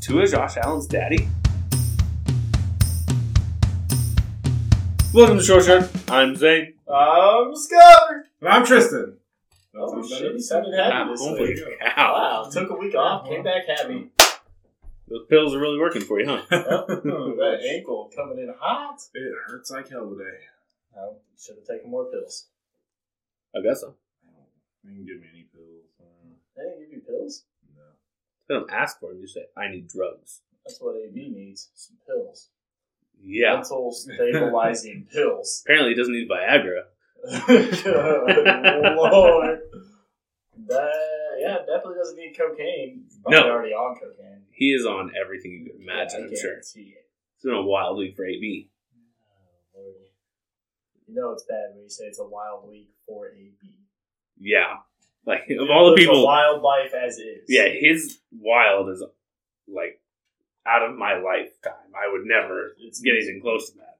Tua Josh Allen's daddy. Welcome to Short Shark. I'm Zane. I'm Scott. And I'm Tristan. Oh shit, he sounded happy this Ah, Holy week. cow. Wow, took a week off, came back happy. Those pills are really working for you, huh? Oh, that ankle coming in hot. It hurts like hell today. I should have taken more pills. I guess so. You can give me any pills. uh, They didn't give you pills. No. They don't ask for them. You say, I need drugs. That's what AB needs. Some pills. Yeah. Mental stabilizing pills. Apparently, he doesn't need Viagra. Lord. That, yeah, definitely doesn't need cocaine. Probably No. already on cocaine. He is on everything you could imagine, I I'm sure. It's guarantee it. been a wild week for AB. Oh, Lordy. You know it's bad when you say it's a wild week for AB. Yeah. Like, of all the It's a people. wild life as is. Yeah, his wild is like out of my lifetime. I would never It's get anything close to that.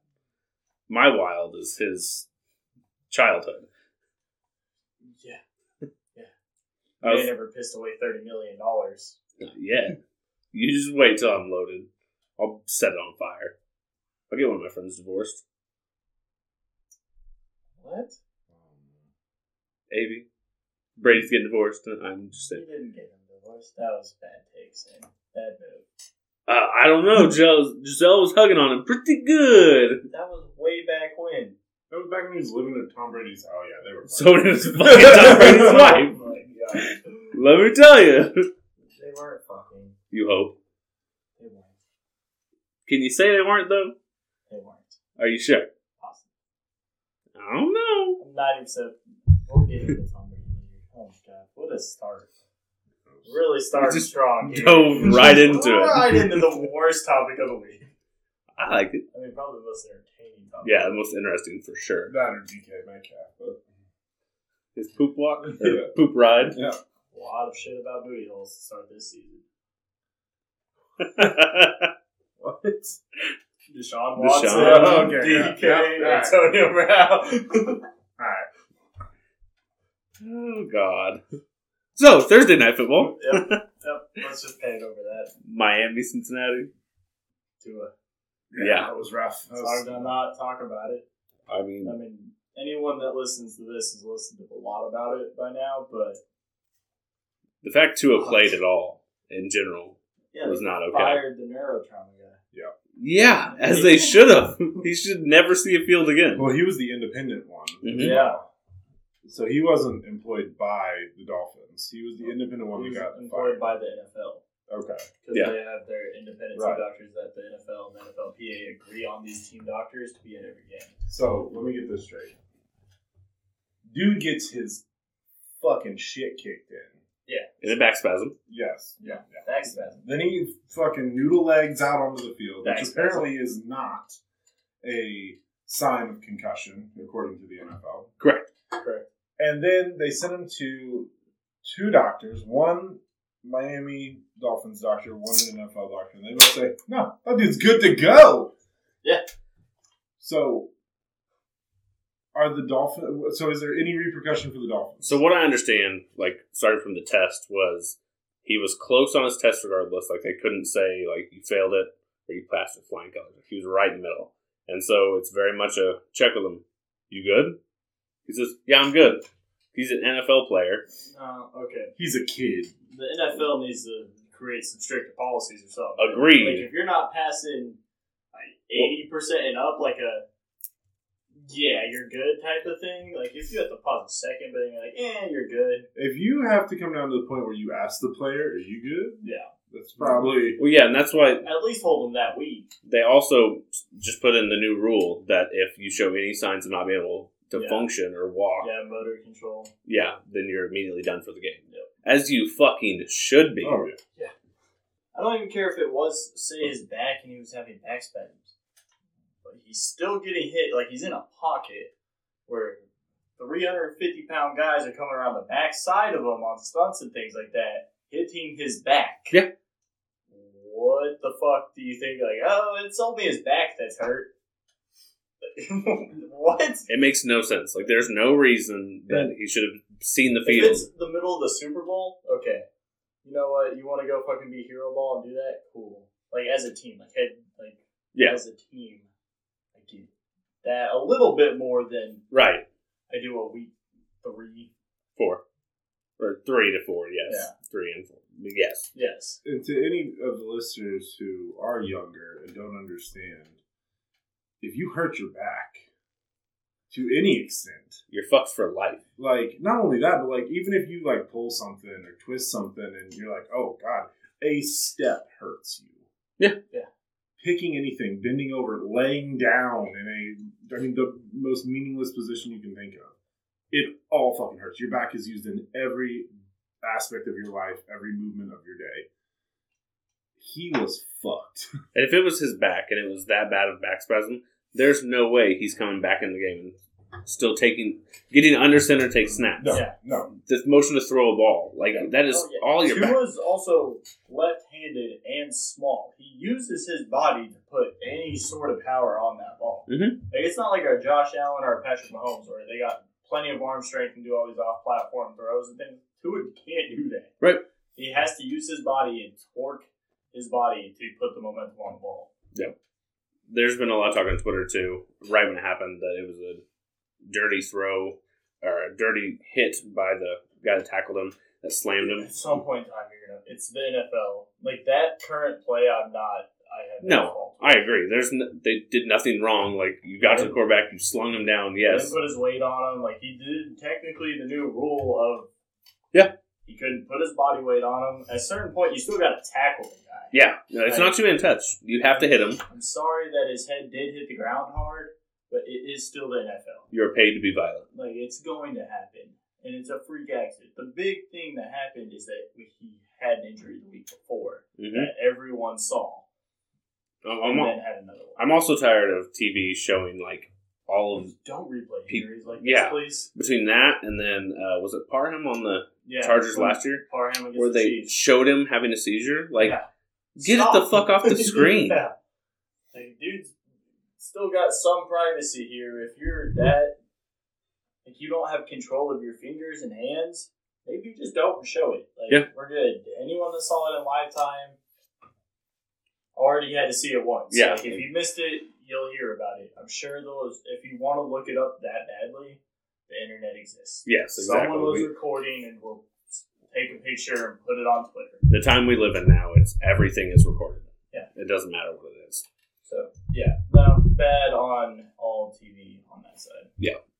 My wild is his childhood. Yeah. I They was, never pissed away thirty million dollars. yeah. You just wait till I'm loaded. I'll set it on fire. I'll get one of my friends divorced. What? Maybe. Brady's getting divorced. and I'm just You saying. didn't get him divorced. That was a bad take, Sam. Bad move. Uh, I don't know. Giselle, Giselle was hugging on him pretty good. That was way back when. That was back when he was living at Tom Brady's. Oh yeah, they were. So did his fucking Tom Brady's Oh wife. my god. Let me tell you. They weren't fucking. You hope. They weren't. Can you say they weren't, though? They weren't. Are you sure? Awesome. I don't know. I'm not even so. We'll get into Tom Brady later. Oh my god. What a start. Really starting Just strong. here. dove right into it. Right into the worst topic of the week. I like it. I mean, probably the most entertaining topic. Yeah, the most interesting for sure. That or DK Metcalf, but His poop walk, or Yeah. poop ride. yeah, A lot of shit about booty holes to start this season. Oh, what? Deshaun Deshaun. Watson, Oh, okay, DK, yeah. Antonio Brown. All right, oh God. So Thursday night football, yep, yep. Let's just pan over that Miami, Cincinnati. to a. Yeah. that was rough. That It's was- hard to not talk about it. I I mean, mean, anyone that listens to this has listened to a lot about it by now, but the fact Tua played at all in general yeah, was they not okay. fired the neurotrauma guy. Yeah, as they should have. He should never see a field again. well, he was the independent one. Mhm. Yeah, So he wasn't employed by the Dolphins. He was the independent one he that was got employed fired. by the NFL. okay. Because Yeah. they have their independent Right. team doctors that the NFL and NFLPA agree on these team doctors to be at every game. So let me get this straight. Dude gets his fucking shit kicked in. In a back spasm. Yes. Yeah. yeah. Back spasm. Then he fucking noodle legs out onto the field, which That's- apparently is not a sign of concussion, according to the NFL. Correct. Correct. And then they sent him to two doctors, one Miami Dolphins doctor, one an NFL doctor. And they both say, no, that dude's good to go. Yeah. So are the Dolphins, so is there any repercussion for the Dolphins? So what I understand, like starting from the test, was he was close on his test regardless. Like they couldn't say like you failed it or you passed with flying colors. He was right in the middle, and so it's very much a check with him. You good? He says, "Yeah, I'm good." He's an NFL player. Uh, okay. He's a kid. The NFL needs to create some stricter policies or something. Agreed. Like if you're not passing like eighty percent and up, like a yeah, you're good type of thing. Like if you have to pause a second, but then you're like, yeah, you're good. If you have to come down to the point where you ask the player, are you good? Yeah. That's probably Well, yeah, and that's why At least hold them that week. they also just put in the new rule that if you show any signs of not being able to Yeah. function or walk, yeah. Yeah, motor control. then you're immediately done for the game. As you fucking should be. Oh, yeah. I don't even care if it was say his back and he was having back spasms, but he's still getting hit. Like he's in a pocket where 350 pound guys are coming around the back side of him on stunts and things like that, hitting his back. Yeah. What the fuck do you think? Like, oh, it's only his back that's hurt. what? If It makes no sense. Like, there's no reason that he should have seen the field. it's the middle of the Super Bowl, okay. you know what, you want to go fucking be hero ball and do that? Cool. Like as a team, like head, like Yeah. as a team, I do that a little bit more than Right. I do a week three. Four. Or three to four, yes. Yeah. Three and four. Yes. Yes. and to any of the listeners who are younger and don't understand, if you hurt your back to any extent, You're fucked for life. like not only that, but like even if you like pull something or twist something and you're like, oh god, a step hurts you. Yeah. Yeah. Picking anything, bending over, laying down in a I mean the most meaningless position you can think of. It all fucking hurts. Your back is used in every aspect of your life, every movement of your day. He was fucked. And if it was his back and it was that bad of back spasm, there's no way he's coming back in the game and still taking, getting under center take snaps. No, Yeah. no. This motion to throw a ball, like that is Oh, yeah. all your back. Tua's also left-handed and small. He uses his body to put any sort of power on that ball. Mhm. Like it's not like our Josh Allen or our Patrick Mahomes, where they got plenty of arm strength and do all these off-platform throws and things. Tua can't do that. Right. He has to use his body and torque his body to put the momentum on the ball. There's been a lot of talk on Twitter too, right when it happened, that it was a dirty throw or a dirty hit by the guy that tackled him that slammed him. At some point in time, you're gonna. It's the NFL. Like that current play, I'm not. I have No, fault. I agree. There's n- they did nothing wrong. Like you got to the quarterback, you slung him down. Yes, Didn't put his weight on him. Like he did technically the new rule of Yeah. He couldn't put his body weight on him. At a certain point you still gotta tackle the guy. yeah, No, it's not too in touch. You have to hit him. I'm sorry that his head did hit the ground hard, but it is still the NFL. You're paid to be violent. Like it's going to happen. And it's a freak accident. The big thing that happened is that he had an injury the week before hmm that everyone saw. I'm, And I'm, then had another one. I'm also tired of TV showing like all of Don't replay Pe- injuries like yeah. this, please. between that and then uh, was it Parham on the Yeah. Chargers when last year Parham against where the they Chiefs. showed him having a seizure? Like Yeah. get it the fuck off the screen. yeah. Like, dude's still got some privacy here. If you're that, like, you don't have control of your fingers and hands, maybe you just don't show it. Like, Yeah. we're good. Anyone that saw it in lifetime already had to see it once. Yeah. Like, if you missed it, you'll hear about it. I'm sure those, if you want to look it up that badly, the internet exists. Yes, exactly. Someone was We- recording and will take a picture and put it on Twitter. the time we live in now, it's everything is recorded. Yeah. it doesn't matter what it is. So yeah, no bad on all TV on that side.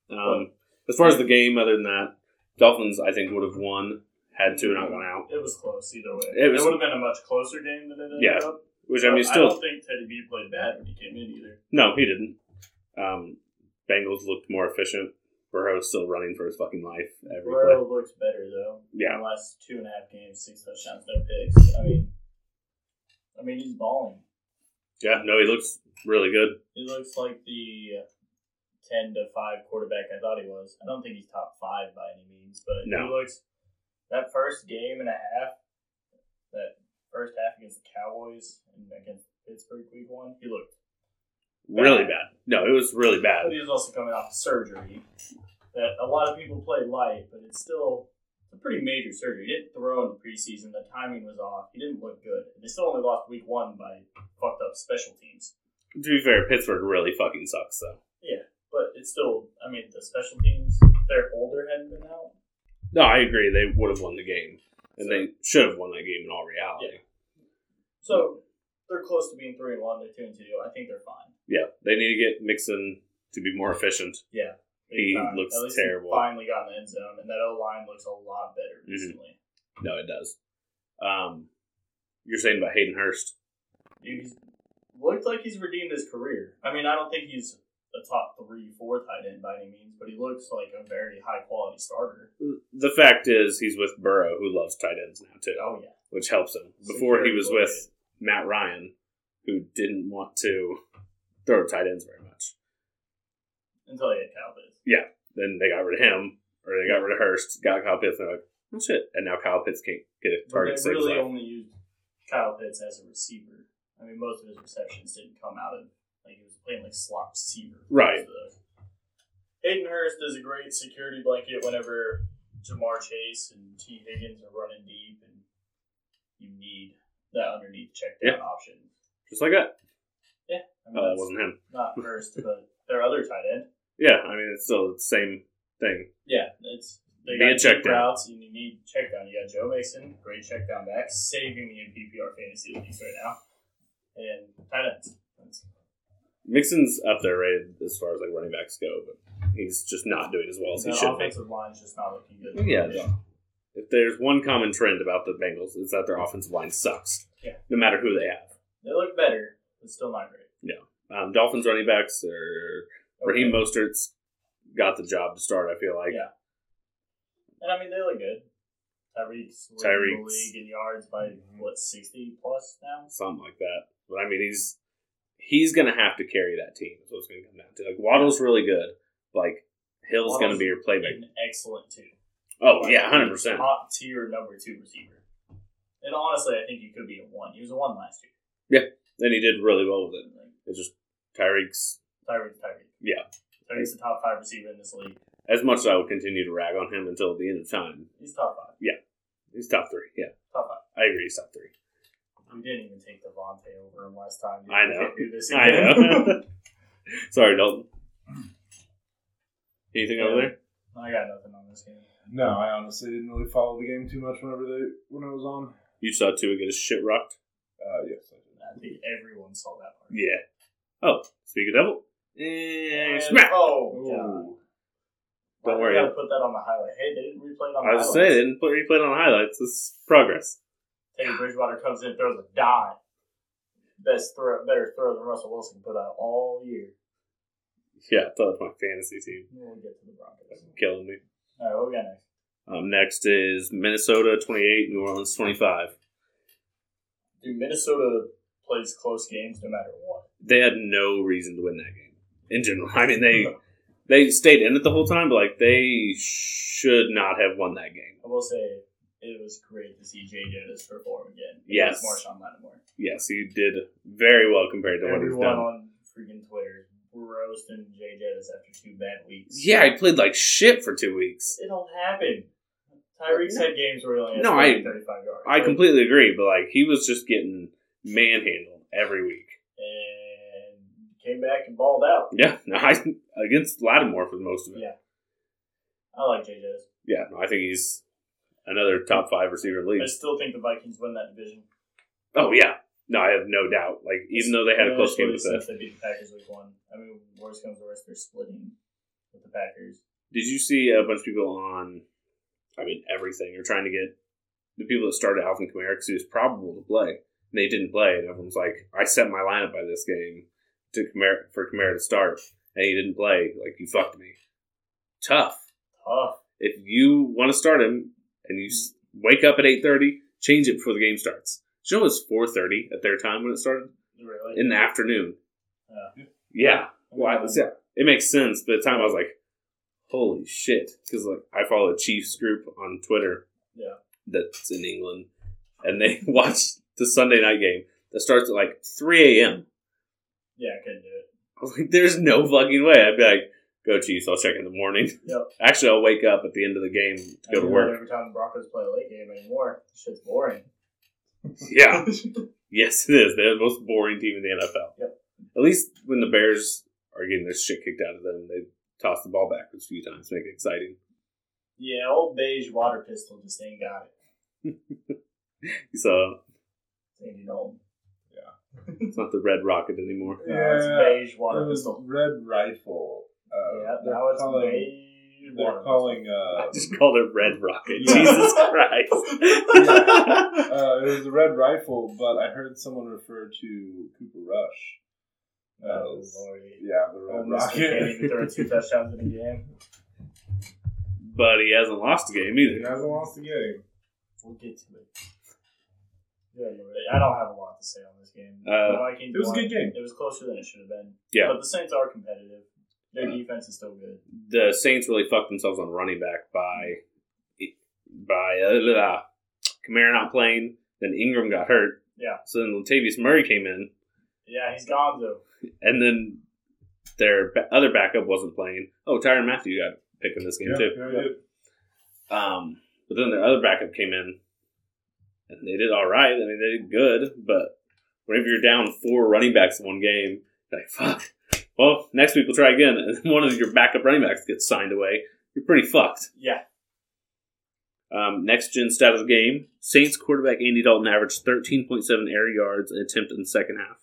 Um, as far as the game, other than that, Dolphins I think would have won had two not gone out. It was close either way. It It, was- would have been a much closer game than it ended Yeah, up. Which I mean, But still don't think Teddy B played bad when he came in either. no, he didn't. Um, Bengals looked more efficient. Burrow's still running for his fucking life every play. Burrow looks better though. Yeah. In the last two and a half games, six touchdowns, no picks. I mean, I mean he's balling. Yeah, no, he looks really good. He looks like the uh, ten to five quarterback I thought he was. I don't think he's top five by any means, but No. he looks that first game and a half, that first half against the Cowboys and against Pittsburgh week one, he looked. Really bad. No, it was really But bad. he was also coming off surgery that a lot of people play light, but it's still a pretty major surgery. He didn't throw in the preseason. The timing was off. He didn't look good. They still only lost week one by fucked up special teams. To be fair, Pittsburgh really fucking sucks though. But it's still, I mean, the special teams, their holder hadn't been out. No, I agree. They would have won the game, and they should have won that game in all reality. So they're close to being three and one. They're two and two. I think they're fine. Yeah, they need to get Mixon to be more efficient. Yeah, He Big time. looks At least he terrible. finally got in the end zone, and that O line looks a lot better Mhm. recently. No, it does. Um, you're saying about Hayden Hurst. Dude, he's looked like he's redeemed his career. I mean, I don't think he's a top three, four tight end by any means, but he looks like a very high quality starter. The fact is, he's with Burrow, who loves tight ends now too, Oh yeah, which helps him. Before he was Secure with Matt Ryan, who didn't want to throw tight ends very much. until he had Calvin. Then they got rid of him, or they got rid of Hurst, got Kyle Pitts, and they're like, oh shit. And now Kyle Pitts can't get a But target. they save his really life. only used Kyle Pitts as a receiver. I mean, most of his receptions didn't come out of like he was playing like slot receiver. for Right. most of those. Hayden Hurst is a great security blanket whenever Jamar Chase and T Higgins are running deep, and you need that underneath check down Yeah. option. Just like that. I Oh, mean, that that's wasn't him. not first, but their other tight end. Yeah, I mean, it's still the same thing. Yeah, it's they Need got a check deep down. routes and you need check down. You got Joe Mixon, great check down back, saving me in PPR fantasy leagues right now. And tight ends. That's- Mixon's up there rated as far as like running backs go, but he's just not doing as well as he the should. be. offensive line's just not looking good. Yeah. If there's one common trend about the Bengals, it's that their offensive line sucks. Yeah. No matter who they have. They look better, but still not great. Um, Dolphins running backs are Raheem Okay. Mostert's got the job to start. I feel like Yeah. And I mean, they look good. Tyreek's leading the Tyreek's- league in yards by what sixty plus now. something like that. But I mean, he's he's gonna have to carry that team. Is what it's gonna come down to. Like Waddle's really good. Like Hill's gonna Waddle's be your playmaker. An excellent too. Oh yeah, hundred percent. Top tier number two receiver. And honestly, I think he could be a one. He was a one last year. And he did really well with it. Like, It's just Tyreek's Tyreek, Tyreek. Yeah. Tyreek's the top five receiver in this league. as much as I would continue to rag on him until the end of time. He's top five. He's top three. Yeah, Top five. I agree. He's top three. We didn't even take Devontae over him last time. I know. We can't do this I again. know. Sorry, Dalton. Anything over there? I got nothing on this game. No, I honestly didn't really follow the game too much whenever they when I was on. You saw Tua get his shit rocked. Uh, yes, I did. I think everyone saw that part. Yeah. Oh, speak of devil. Eh, And- smack. Oh, God. Don't Why worry. We gotta put that on the highlight. Hey, they didn't replay it on the I was highlight. saying they didn't put replay it on highlights. This is progress. Teddy Bridgewater comes in, throws a dime. Best throw, better throw than Russell Wilson put out all year. Yeah, I thought it was my fantasy team. We'll get to the Broncos. Killing me. All right, what we got next? Um, next is Minnesota 28, New Orleans 25. Dude, Minnesota plays close games no matter what. They had no reason to win that game in general. I mean, they they stayed in it the whole time, but like they should not have won that game. I will say it was great to see Jay Davis perform again. Yes. Marshawn Lattimore. Yes, he did very well compared to what he's Everyone done. on freaking Twitter roasting Jay Davis after two bad weeks. Yeah, he played like shit for two weeks. It'll happen. Tyreek's had games where he only had No, I- 30, 35 yards. I completely agree, but like he was just getting manhandled every week. And came back and balled out. Yeah, no, I against Lattimore for most of it. Yeah. I like Jay Davis. Yeah, no, I think he's another top five receiver in the I league. still think the Vikings win that division. Oh yeah, no, I have no doubt. Like even though they had a close game with Especially that, since they beat the Packers week one. I mean, worst comes to worst, they're splitting with the Packers. did you see a bunch of people on? I mean, everything are trying to get the people that started Alvin Kamara because he was probable to play, and they didn't play, and everyone's like, "I set my lineup by this game to Kamara for Kamara to start, and he didn't play. Like you fucked me. Tough. Tough. If you want to start him and you s- wake up at eight thirty, change it before the game starts. Did you know it was four thirty at their time when it started? Really? Um, in the afternoon. Yeah. Yeah. I mean, Well, I- yeah, it makes sense. But at the time, I was like, "Holy shit!" Because like I follow a Chiefs group on Twitter. Yeah. That's in England, and they watch the Sunday night game that starts at like three a.m. Yeah, I couldn't do it. I was like, "There's no fucking way." I'd be like, "Go Chiefs! I'll check in the morning." Yep. Actually, I'll wake up at the end of the game to go I to mean, work. Every time the Broncos play a late game anymore, shit's boring. Yeah. Yes, it is. They're the most boring team in the NFL. Yep. At least when the Bears are getting their shit kicked out of them, they toss the ball backwards a few times, make it exciting. Yeah, old beige water pistol just ain't got So it. Andy Dalton. it's not the Red Rocket anymore. No, it's Yeah, beige water It was pistol. Red Rifle. Uh, yeah, they're now it's calling, beige water They're calling. I Uh, just called it Red Rocket. Yeah. Jesus Christ. uh, it was the Red Rifle, but I heard someone refer to Cooper Rush. Oh, as- Lordy. yeah, the Red Old Mr. Can't Rocket. even throw two touchdowns in a game. but he hasn't lost a game He either. hasn't lost a game. We'll get to it. Yeah, you're right. I don't have a lot to say on this game. Uh, The Vikings it was a won. good game. It was closer than it should have been. Yeah. But the Saints are competitive. Their defense is still good. The Saints really fucked themselves on running back by by uh, uh, Kamara not playing. Then Ingram got hurt. Yeah. So then Latavius Murray came in. Yeah, he's gone though. And then their ba- other backup wasn't playing. Oh, Tyron Matthew got picked in this game Yeah, too. yeah, he did. Um, but then their other backup came in, and they did all right. I mean, they did good, but whenever you're down four running backs in one game, you're like fuck. Well, next week we'll try again, and then one of your backup running backs gets signed away. You're pretty fucked. Yeah. Um, next gen stat of the game: Saints quarterback Andy Dalton averaged 13.7 air yards an attempt in the second half.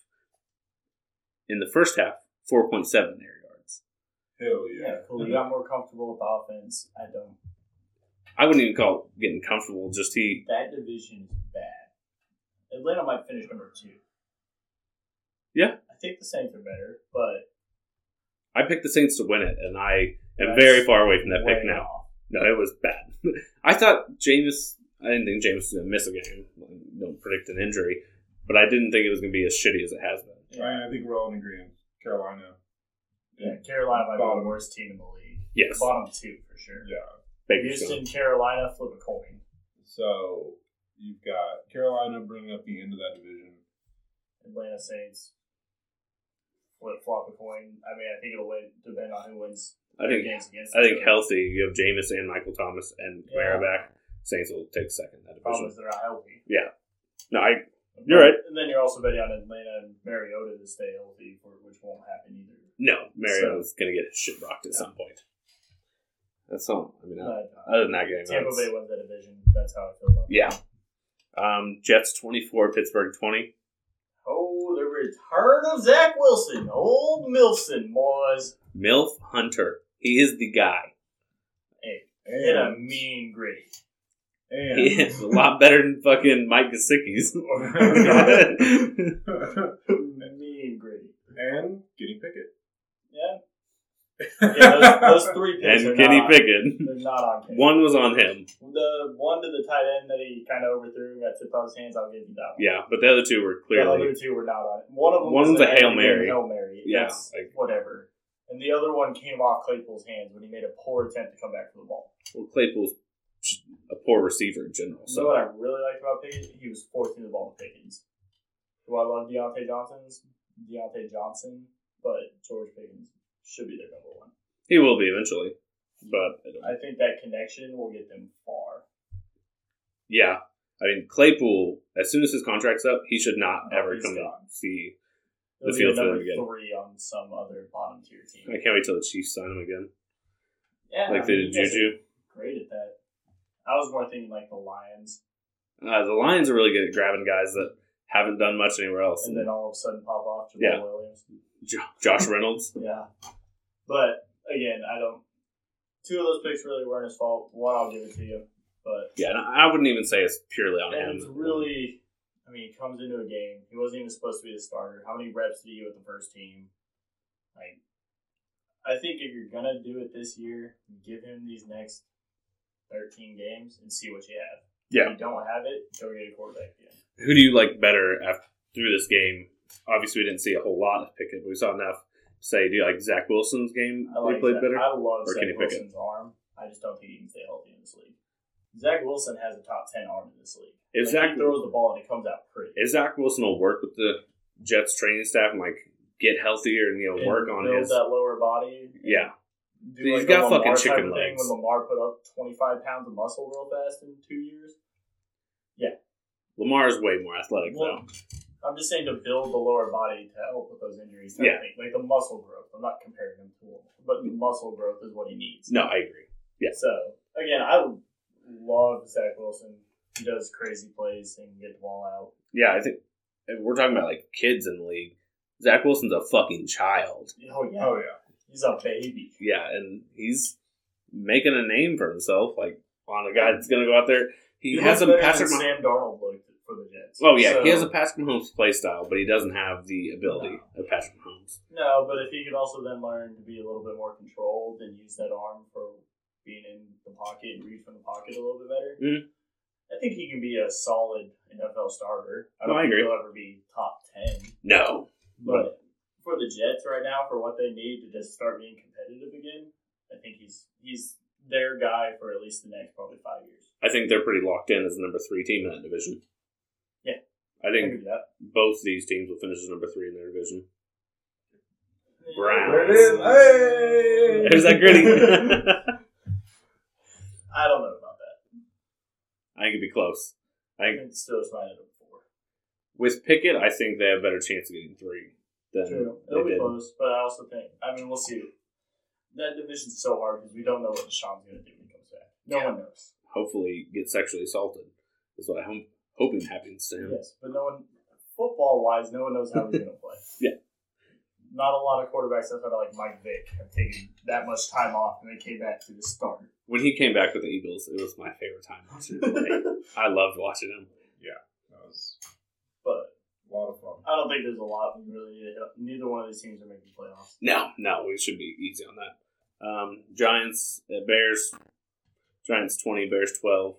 In the first half, 4.7 air yards. Hell Yeah, cool. You got more comfortable with the offense. I don't. I wouldn't even call it getting comfortable. Just he That division is bad. Atlanta might finish number two. Yeah. I think the Saints are better, but I picked the Saints to win it, and I am That's very far away from that way pick now. off. No, it was bad. I thought Jameis. I didn't think Jameis was going to miss a game. I don't predict an injury, but I didn't think it was going to be as shitty as it has been. Yeah. I think we're all in agreement. Carolina. yeah, Carolina might be Bottom. the worst team in the league. Yes, Bottom two for sure. Yeah. Baker's Houston, gone. Carolina, flip a coin. So you've got Carolina bringing up the end of that division. Atlanta Saints, flip flop a coin. I mean, I think it'll win, depend on who wins. I think. games against. I each think other. healthy. You have Jameis and Michael Thomas and Kamara back. Saints will take second. in That Problem is division. they're not healthy. No, I You're right. And then you're also betting on Atlanta and Mariota to stay healthy, for- which won't happen either. no. Mariota's going to get his shit rocked at some point. That's all. I mean, uh, But, uh, other than that game, Tampa that's- Bay wins that division. That's how I feel about it. Yeah. Um, Jets twenty four, Pittsburgh twenty. Oh, the return of Zach Wilson. Old Milson was Milf Hunter. He is the guy. in a mean gritty. and He is a lot better than fucking Mike Gesicki's. mean gritty. and Kenny Pickett. Yeah. Yeah, those, those three picks and are Kenny not, Pickett. They're not on pace. One was on him. The one to the tight end that he kind of overthrew and got tipped out of his hands, I'll give you that one. Yeah, but the other two were The clearly. other two were not on it. One of them One's was a an Hail Edelman Mary. Hail Mary. Yeah, That's like- whatever. And the other one came off Claypool's hands when he made a poor attempt to come back for the ball. Well, Claypool's just a poor receiver in general. you know So what I really liked about Pickens? He was forcing the ball to Pickens. Do I love Deontay Johnson's? Deontay Johnson, but George Pickens should be their number one. he will be eventually. But I don't- I think that connection will get them far. yeah, I mean Claypool. As soon as his contract's up, he should not Oh, ever he's come gone. up. See, The They'll be field at for them number again. three on some other bottom tier team. I can't wait till the Chiefs sign him again, yeah, like I they mean, did you guys are Juju. Great at that. I was more thinking like the Lions, Uh, the Lions are really good at grabbing guys that haven't done much anywhere else. and then all of a sudden pop off Jamal Yeah. Williams. Jo- Josh Reynolds. Yeah. But again, I don't. Two of those picks really weren't his fault. One, I'll give it to you. But Yeah, and I wouldn't even say it's purely on and him. it's really, I mean, he comes into a game. He wasn't even supposed to be the starter. How many reps did he get with the first team? Like, I think if you're gonna do it this year, give him these next thirteen games and see what you have. Yeah. If you don't have it, go get a quarterback again. who do you like better after, through this game? Obviously, we didn't see a whole lot of Pickett, but we saw enough. to Say, do you like Zach Wilson's game? I he like played Zach- better. I love Or Zach Kenny Pickett? Wilson's arm. I just don't think he can stay healthy in this league. Zach Wilson has a top ten arm in this league. If Like, Zach- he throws the ball and it comes out pretty. If Zach Wilson will work with the Jets training staff and like get healthier and you know And work on build his that lower body. and yeah. do He's like got a Lamar fucking type chicken of legs. Thing when Lamar put up twenty five pounds of muscle real fast in two years. Lamar is way more athletic Well, I'm just saying to build the lower body to help with those injuries. Type Yeah. of thing. like the muscle growth. I'm not comparing him to him, but the muscle growth is what he needs. though. No, I agree. So again, I love Zach Wilson. He does crazy plays and can get the ball out. Yeah, I think if we're talking about like kids in the league. Zach Wilson's a fucking child. Oh yeah, Oh yeah. he's a baby. Yeah, and he's making a name for himself, like on a guy that's gonna go out there. He, looks has a better than Patrick. Mah- Sam Darnold looked for the Jets. Oh yeah, So- he has a Patrick Mahomes play style, but he doesn't have the ability of Patrick Mahomes. no, but if he could also then learn to be a little bit more controlled and use that arm for being in the pocket and read from the pocket a little bit better, Mhm. I think he can be a solid NFL starter. I No, don't I think agree. he'll ever be top ten, No, but for the Jets right now, for what they need to just start being competitive again, I think he's he's their guy for at least the next probably five years. I think they're pretty locked in as the number three team in that division. Yeah. I I think give you that. both these teams will finish as number three in their division. There Browns. it is. Hey! There's that gritty. I don't know about that. I think it'd be close. I I think the Steelers might end up four. With Pickett, I think they have a better chance of getting three than True, they it'll be did. close, but I also think I mean we'll see. That division's so hard because we don't know what Deshaun's going to do when he comes back. No one knows. Hopefully, get sexually assaulted is what I'm hoping happens to him. Yes, but no one football wise, no one knows how he's going to play. Yeah. Not a lot of quarterbacks outside of like Mike Vick have taken that much time off and they came back to the start. When he came back with the Eagles, it was my favorite time watching him play. I loved watching him. That was But a lot of fun. I don't think there's a lot we really need to hit. Neither one of these teams are making playoffs. No, no, we should be easy on that. Um, Giants, uh, Bears, Giants twenty, Bears twelve.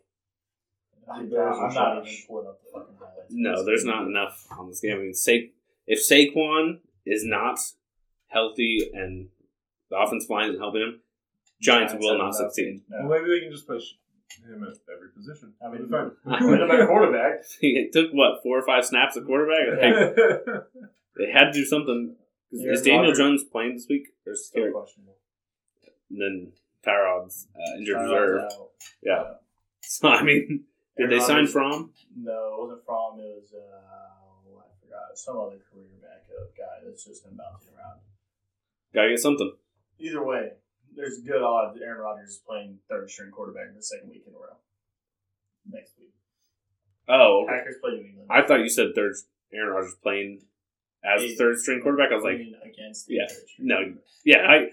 I, The Bears are am not even trash. pulling up the fucking highlights. No, there's not enough on this game. I mean, Sa- if Saquon is not healthy and the offense line isn't helping him, Giants will have not nothing. succeed. No. Well, maybe they can just play sh- him at every position. I mean, It'll be Put him at quarterback. it took what four or five snaps at quarterback. I think fine. they had to do something. Is, is Aaron Daniel Rodgers. Jones playing this week? Or is Still questionable. and then Tyrod's uh, injured Tyrod's reserve? out. Yeah. So I mean, did they Aaron sign Rodgers- from? No, it wasn't Fromm. It was uh, I forgot some other career backup guy that's just been bouncing around. Gotta get something. Either way, there's good odds Aaron Rodgers is playing third string quarterback in the second week in a row. Next week, Oh, okay. Packers play New England. I thought you said third. Aaron Rodgers playing as the Yeah. third string quarterback. I was I like, mean, against the yeah, third string no. quarterback. yeah. I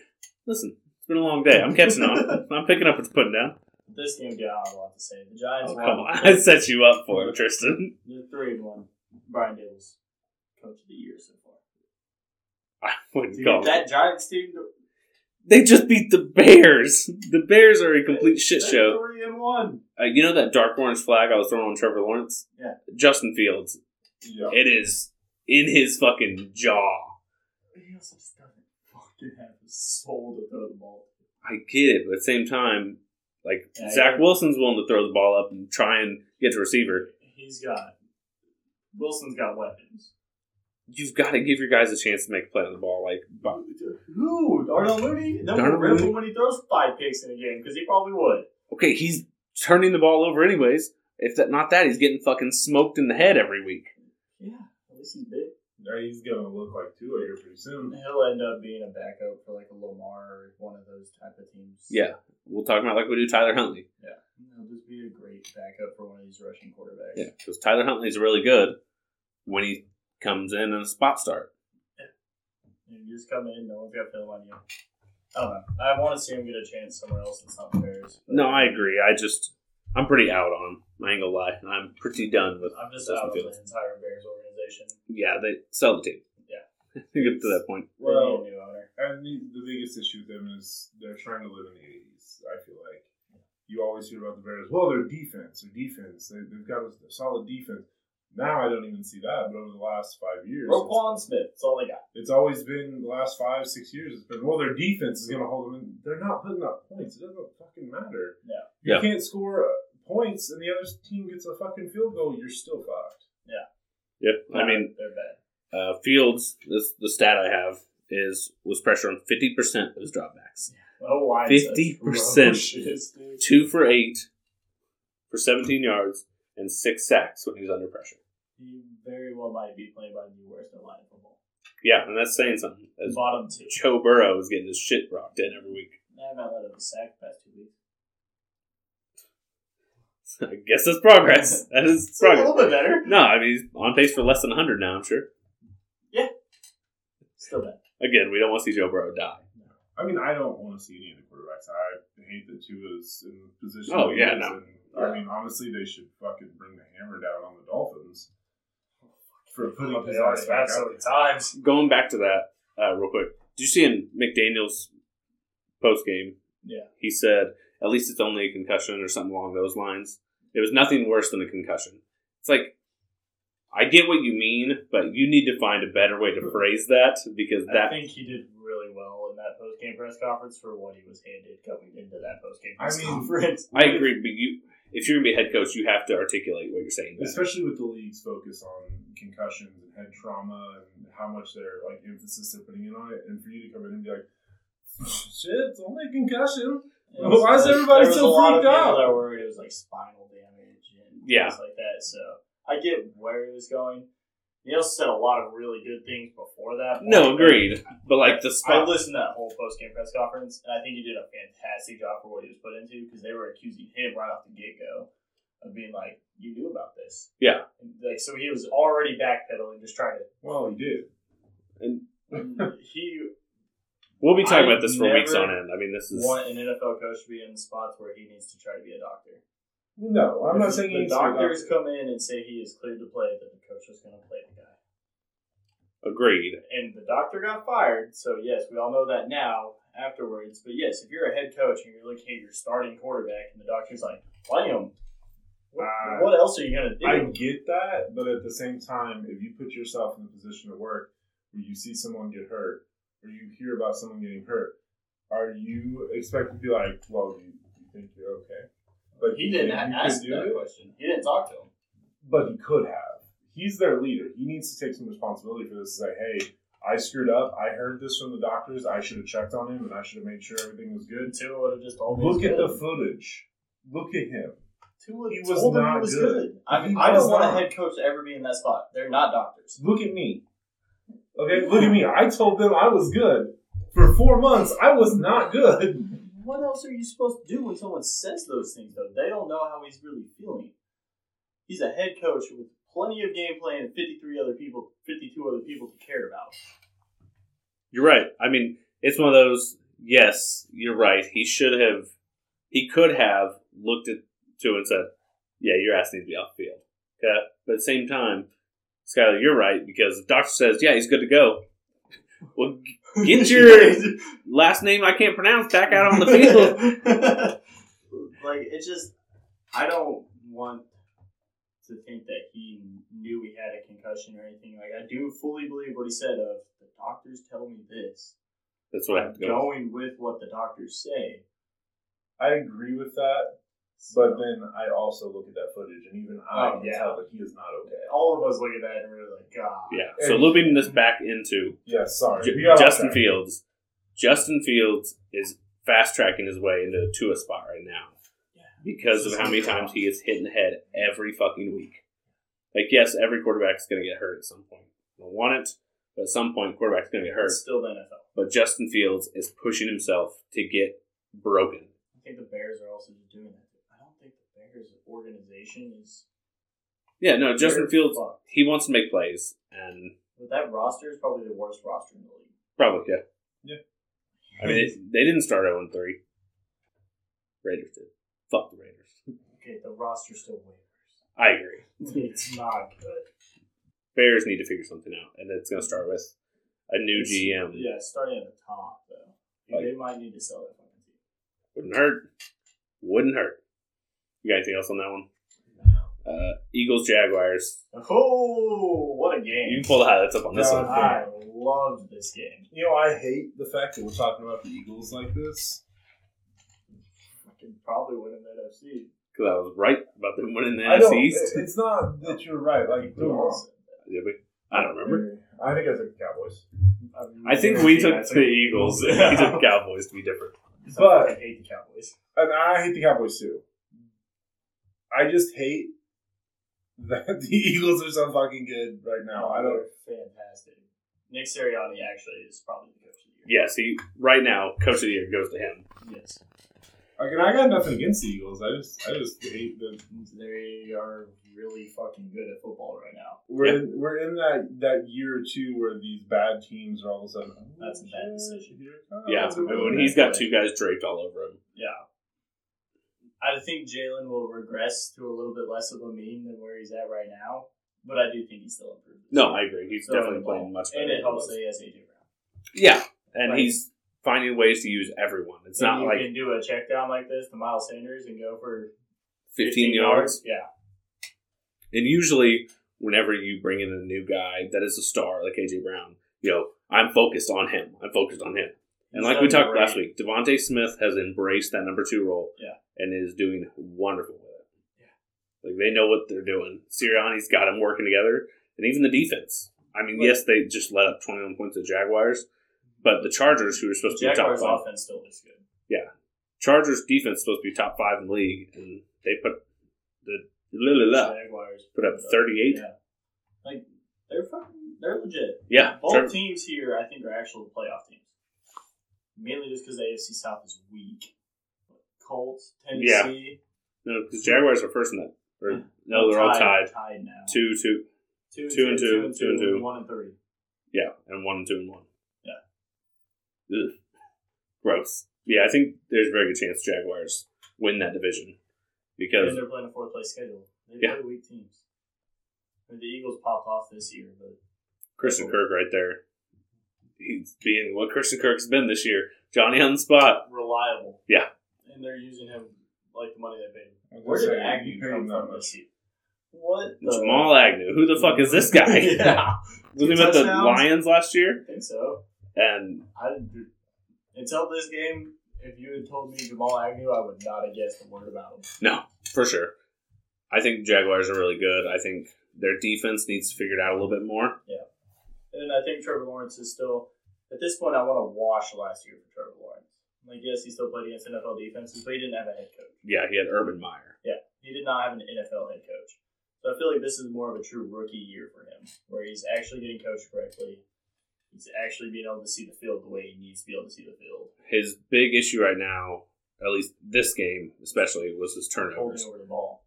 listen. It's been a long day. I'm catching on. I'm picking up what you're putting down. This game, yeah, I have a lot to say. The Giants Oh, won. come on. I set you up for it, Tristan. They're three and one. Brian Dibbles, coach of the year so far. I wouldn't Dude, call. it. that Giants team They just beat the Bears. The Bears are a complete shit they're show. Three and one. Uh, you know that dark orange flag I was throwing on Trevor Lawrence? Yeah. Justin Fields. yeah. It is in his fucking jaw. He also just doesn't fucking have the soul to throw the ball. I get it, but at the same time, like Yeah, I Zach get it. Wilson's willing to throw the ball up and try and get to receiver. He's got Wilson's got weapons. You've got to give your guys a chance to make a play on the ball. Like, bu- Who? Darnell Mooney? Then Darnell we'll rip Mooney? him when he throws five picks in a game because he probably would. okay, he's turning the ball over anyways. If that not that, he's getting fucking smoked in the head every week. Yeah, at least he's big. Now he's gonna look like Tua here pretty soon. He'll end up being a backup for like a Lamar or one of those type of teams. Yeah, we'll talk about like we do Tyler Huntley. he'll just be a great backup for one of these rushing quarterbacks. Yeah, because Tyler Huntley's really good when he comes in and a spot start. And you just come in, no one's got film on you. I don't know. I want to see him get a chance somewhere else that's not Bears. but No, I agree. I just I'm pretty out on him. I ain't gonna lie. I'm pretty done with. I'm just Justin out of the Fields. entire Bears organization. Yeah, they sell the team. Yeah. get to that point. They need Well, a new owner. and the, the biggest issue with them is they're trying to live in the eighties. I feel like you always hear about the Bears. Well, their defense, their defense, they, they've got a solid defense. Now I don't even see that. But over the last five years, it's, Roquan Smith. That's all they got. it's always been the last five, six years. It's been well, their defense is gonna hold them. in. They're not putting up points. It doesn't fucking matter. Yeah. you Yeah. can't score uh, points, and the other team gets a fucking field goal. You're still fucked. Yeah, I mean, they're bad. uh, Fields. This, the stat I have is was pressure on fifty percent of his dropbacks. Oh, why 50%. Oh, Two for eight for seventeen yards and six sacks when he was under pressure. He very well might be played by the worst in line football. Yeah, and that's saying something. As Bottom two. Joe Burrow is getting his shit rocked in every week. I haven't let him sack the past two weeks. I guess that's progress. That is It's a progress. little bit better. No, I mean he's on pace for less than hundred now. I'm sure. Still bad. Again, we don't want to see Joe Burrow die. I mean, I don't want to see any of the quarterbacks. I hate that Tua's in the position. Oh, that yeah, he is no. in. I mean, honestly, they should fucking bring the hammer down on the Dolphins for putting his ass back out. there. times. Going back to that uh, real quick. Did you see in McDaniel's post game Yeah. he said, at least it's only a concussion or something along those lines. It was nothing worse than a concussion. It's like, I get what you mean, but you need to find a better way to phrase that because I that. think he did really well in that post game press conference for what he was handed coming into that post game I press mean- conference. I agree, but you, if you're gonna be a head coach, you have to articulate what you're saying. back. Especially with the league's focus on concussions and head trauma and how much their like emphasis they're putting in on it, and for you to come in and be like, "Shit, it's only a concussion." And Why is so everybody there was so a lot freaked of people out? That were worried it was like spinal damage and Yeah. things like that. that. So I get where he was going. He also said a lot of really good things before that. No, agreed. But like the I spot, listened to that whole post game press conference, and I think he did a fantastic job for what he was put into because they were accusing him right off the get go of being like, "You knew about this." Yeah. And, like so, he was already backpedaling, just trying Well, he did. and to. he we'll be talking about I've this for weeks never on end. I mean, this is want an NFL coach to be in the spots where he needs to try to be a doctor. No, I'm not If saying the he's doctors come in and say he is cleared to play, then the coach is going to play the guy. agreed. and the doctor got fired. So yes, we all know that now afterwards. But yes, if you're a head coach and you're looking at your starting quarterback, and the doctor's like, play him. What, Uh, what else are you gonna do? I get that, but at the same time, if you put yourself in a position of work where you see someone get hurt or you hear about someone getting hurt, are you expected to be like, "Well, do you, do you think you're okay?" But he didn't a- ask that question. He didn't talk to him. but he could have. He's their leader. He needs to take some responsibility for this. and Say, "Hey, I screwed up. I heard this from the doctors. I should have checked on him, and I should have made sure everything was good." Tua would have just told him. Look he at was the good. footage. Look at him. Tua he he was told him not he was good. good. I mean, He I was don't want a not. head coach to ever be in that spot. They're not doctors. Look at me. Okay, look at me. I told them I was good. For four months, I was not good. What else are you supposed to do when someone says those things though? They don't know how he's really feeling. He's a head coach with plenty of gameplay and fifty three other people fifty two other people to care about. You're right. I mean, it's one of those. Yes, you're right. He should have. He could have looked at to it and said, "Yeah, your ass needs to be off the field." Okay, but at the same time, Skyler, you're right because the doctor says, "Yeah, he's good to go." Well, Get your- last name I can't pronounce back out on the field. like it's just, I don't want to think that he knew he had a concussion or anything. Like I do fully believe what he said of the doctors tell me this. That's what I have to go. with. Going with what the doctors say. I agree with that, but then I also look at that footage, and even I Oh, can yeah. tell that he is not okay. all of us look at that and we're like, God. Yeah. So looping this back into Yeah, sorry. Ju- We got off Justin track. Fields. Justin Fields is fast tracking his way into a Tua spot right now Yeah. because of how many times he gets hit in the head every fucking week. Like, yes, every quarterback's going to get hurt at some point. I don't want it, but at some point, quarterback's going to get hurt. It's still the NFL. But Justin Fields is pushing himself to get broken. I think the Bears are also just doing that. I don't think the Bears organization is. Yeah, no, Justin Bears Fields, fucked. he wants to make plays, and But that roster is probably the worst roster in the league. probably, yeah. Yeah. I mean, it, they didn't start 0 3. Raiders did. Fuck the Raiders. Okay, the roster still wavers. I agree. It's not good. Bears need to figure something out, and it's going to start with a new GM. Yeah, starting at the top though. Like- they might need to sell that fucking team. Wouldn't hurt. Wouldn't hurt. You got anything else on that one? Uh, Eagles Jaguars. Oh, what a You game! can pull the highlights up on this Yeah. one. I loved this game. You know, I hate the fact that we're talking about the Eagles like this. I could probably win in that FC. because I was right about them winning the I don't- NFC East. It's not that you're right. Like, Who else? Did we? I don't remember. I think I took the Cowboys. I've I think never we seen took that the Eagles. we took Cowboys to be different. But- I hate the Cowboys. And I hate the Cowboys too. I just hate that the Eagles are so fucking good right now. I don't. They're fantastic. Nick Sirianni actually is probably the coach of the year. Yeah. See, right now, Coach of the Year goes to him. Yes. Like, and I got nothing against the Eagles. I just, I just hate that They are really fucking good at football right now. we're in, we're in that that year or two where these bad teams are all of a sudden. oh, That's a bad shit, decision. here it Oh, comes. Yeah. When he's got two guys draped all over him. Yeah. I think Jalen will regress to a little bit less of a meme than where he's at right now, but I do think he's still improved. No, I agree. He's So, definitely playing much better. And than it he helps was. that he has AJ Brown. Yeah, and Like- he's finding ways to use everyone. It's And not you like can do a check down like this to Miles Sanders and go for 15, yards. Yeah. And usually, whenever you bring in a new guy that is a star, like AJ Brown, you know, I'm focused on him. I'm focused on him. And He's like we done talked great. last week, Devonte Smith has embraced that number two role, Yeah. and is doing wonderful with it. Like they know what they're doing. Sirianni's got them working together, and even the defense. I mean, Right. yes, they just let up 21 points to the Jaguars, but the Chargers, who are supposed to be top Jaguars five, offense still looks good. Chargers defense is supposed to be top five in the league, and they put the la la la. Jaguars players Put up 38. Yeah, like they're fucking, they're legit. Yeah. Both Trevor- teams here, I think, are actual playoff teams. Mainly just because the AFC South is weak. Colts, Tennessee. no, because Jaguars are first in that. Or, no, they're all tied. Tied now. Two, two. Two, two and two, two and two. one and three. Yeah, and one, two, and one. Yeah. Ugh. Gross. Yeah, I think there's a very good chance Jaguars win that division because And they're playing a fourth place schedule. They Yeah. play weak teams. I mean, the Eagles popped off this year, but Christian Kirk right there. He's being what Christian Kirk's been this year. Johnny on the spot. reliable. Yeah. And they're using him like the money they paid him. I was Where gonna did say, Agnew you pay him come that from much. this year? What the? Jamal Agnew. Who the fuck is this guy? yeah. Was he Two with the touchdowns? Lions last year? I think so. And I didn't, until this game, if you had told me Jamal Agnew, I would not have guessed a word about him. no, for sure. I think Jaguars are really good. I think their defense needs to figure it out a little bit more. And I think Trevor Lawrence is still at this point. I want to wash last year for Trevor Lawrence. Like yes, he still played against NFL defenses, but he didn't have a head coach. Yeah, he had Urban Meyer. He did not have an NFL head coach. So I feel like this is more of a true rookie year for him, where he's actually getting coached correctly. He's actually being able to see the field the way he needs to be able to see the field. His big issue right now, at least this game especially, was his Holding turnovers. over the ball.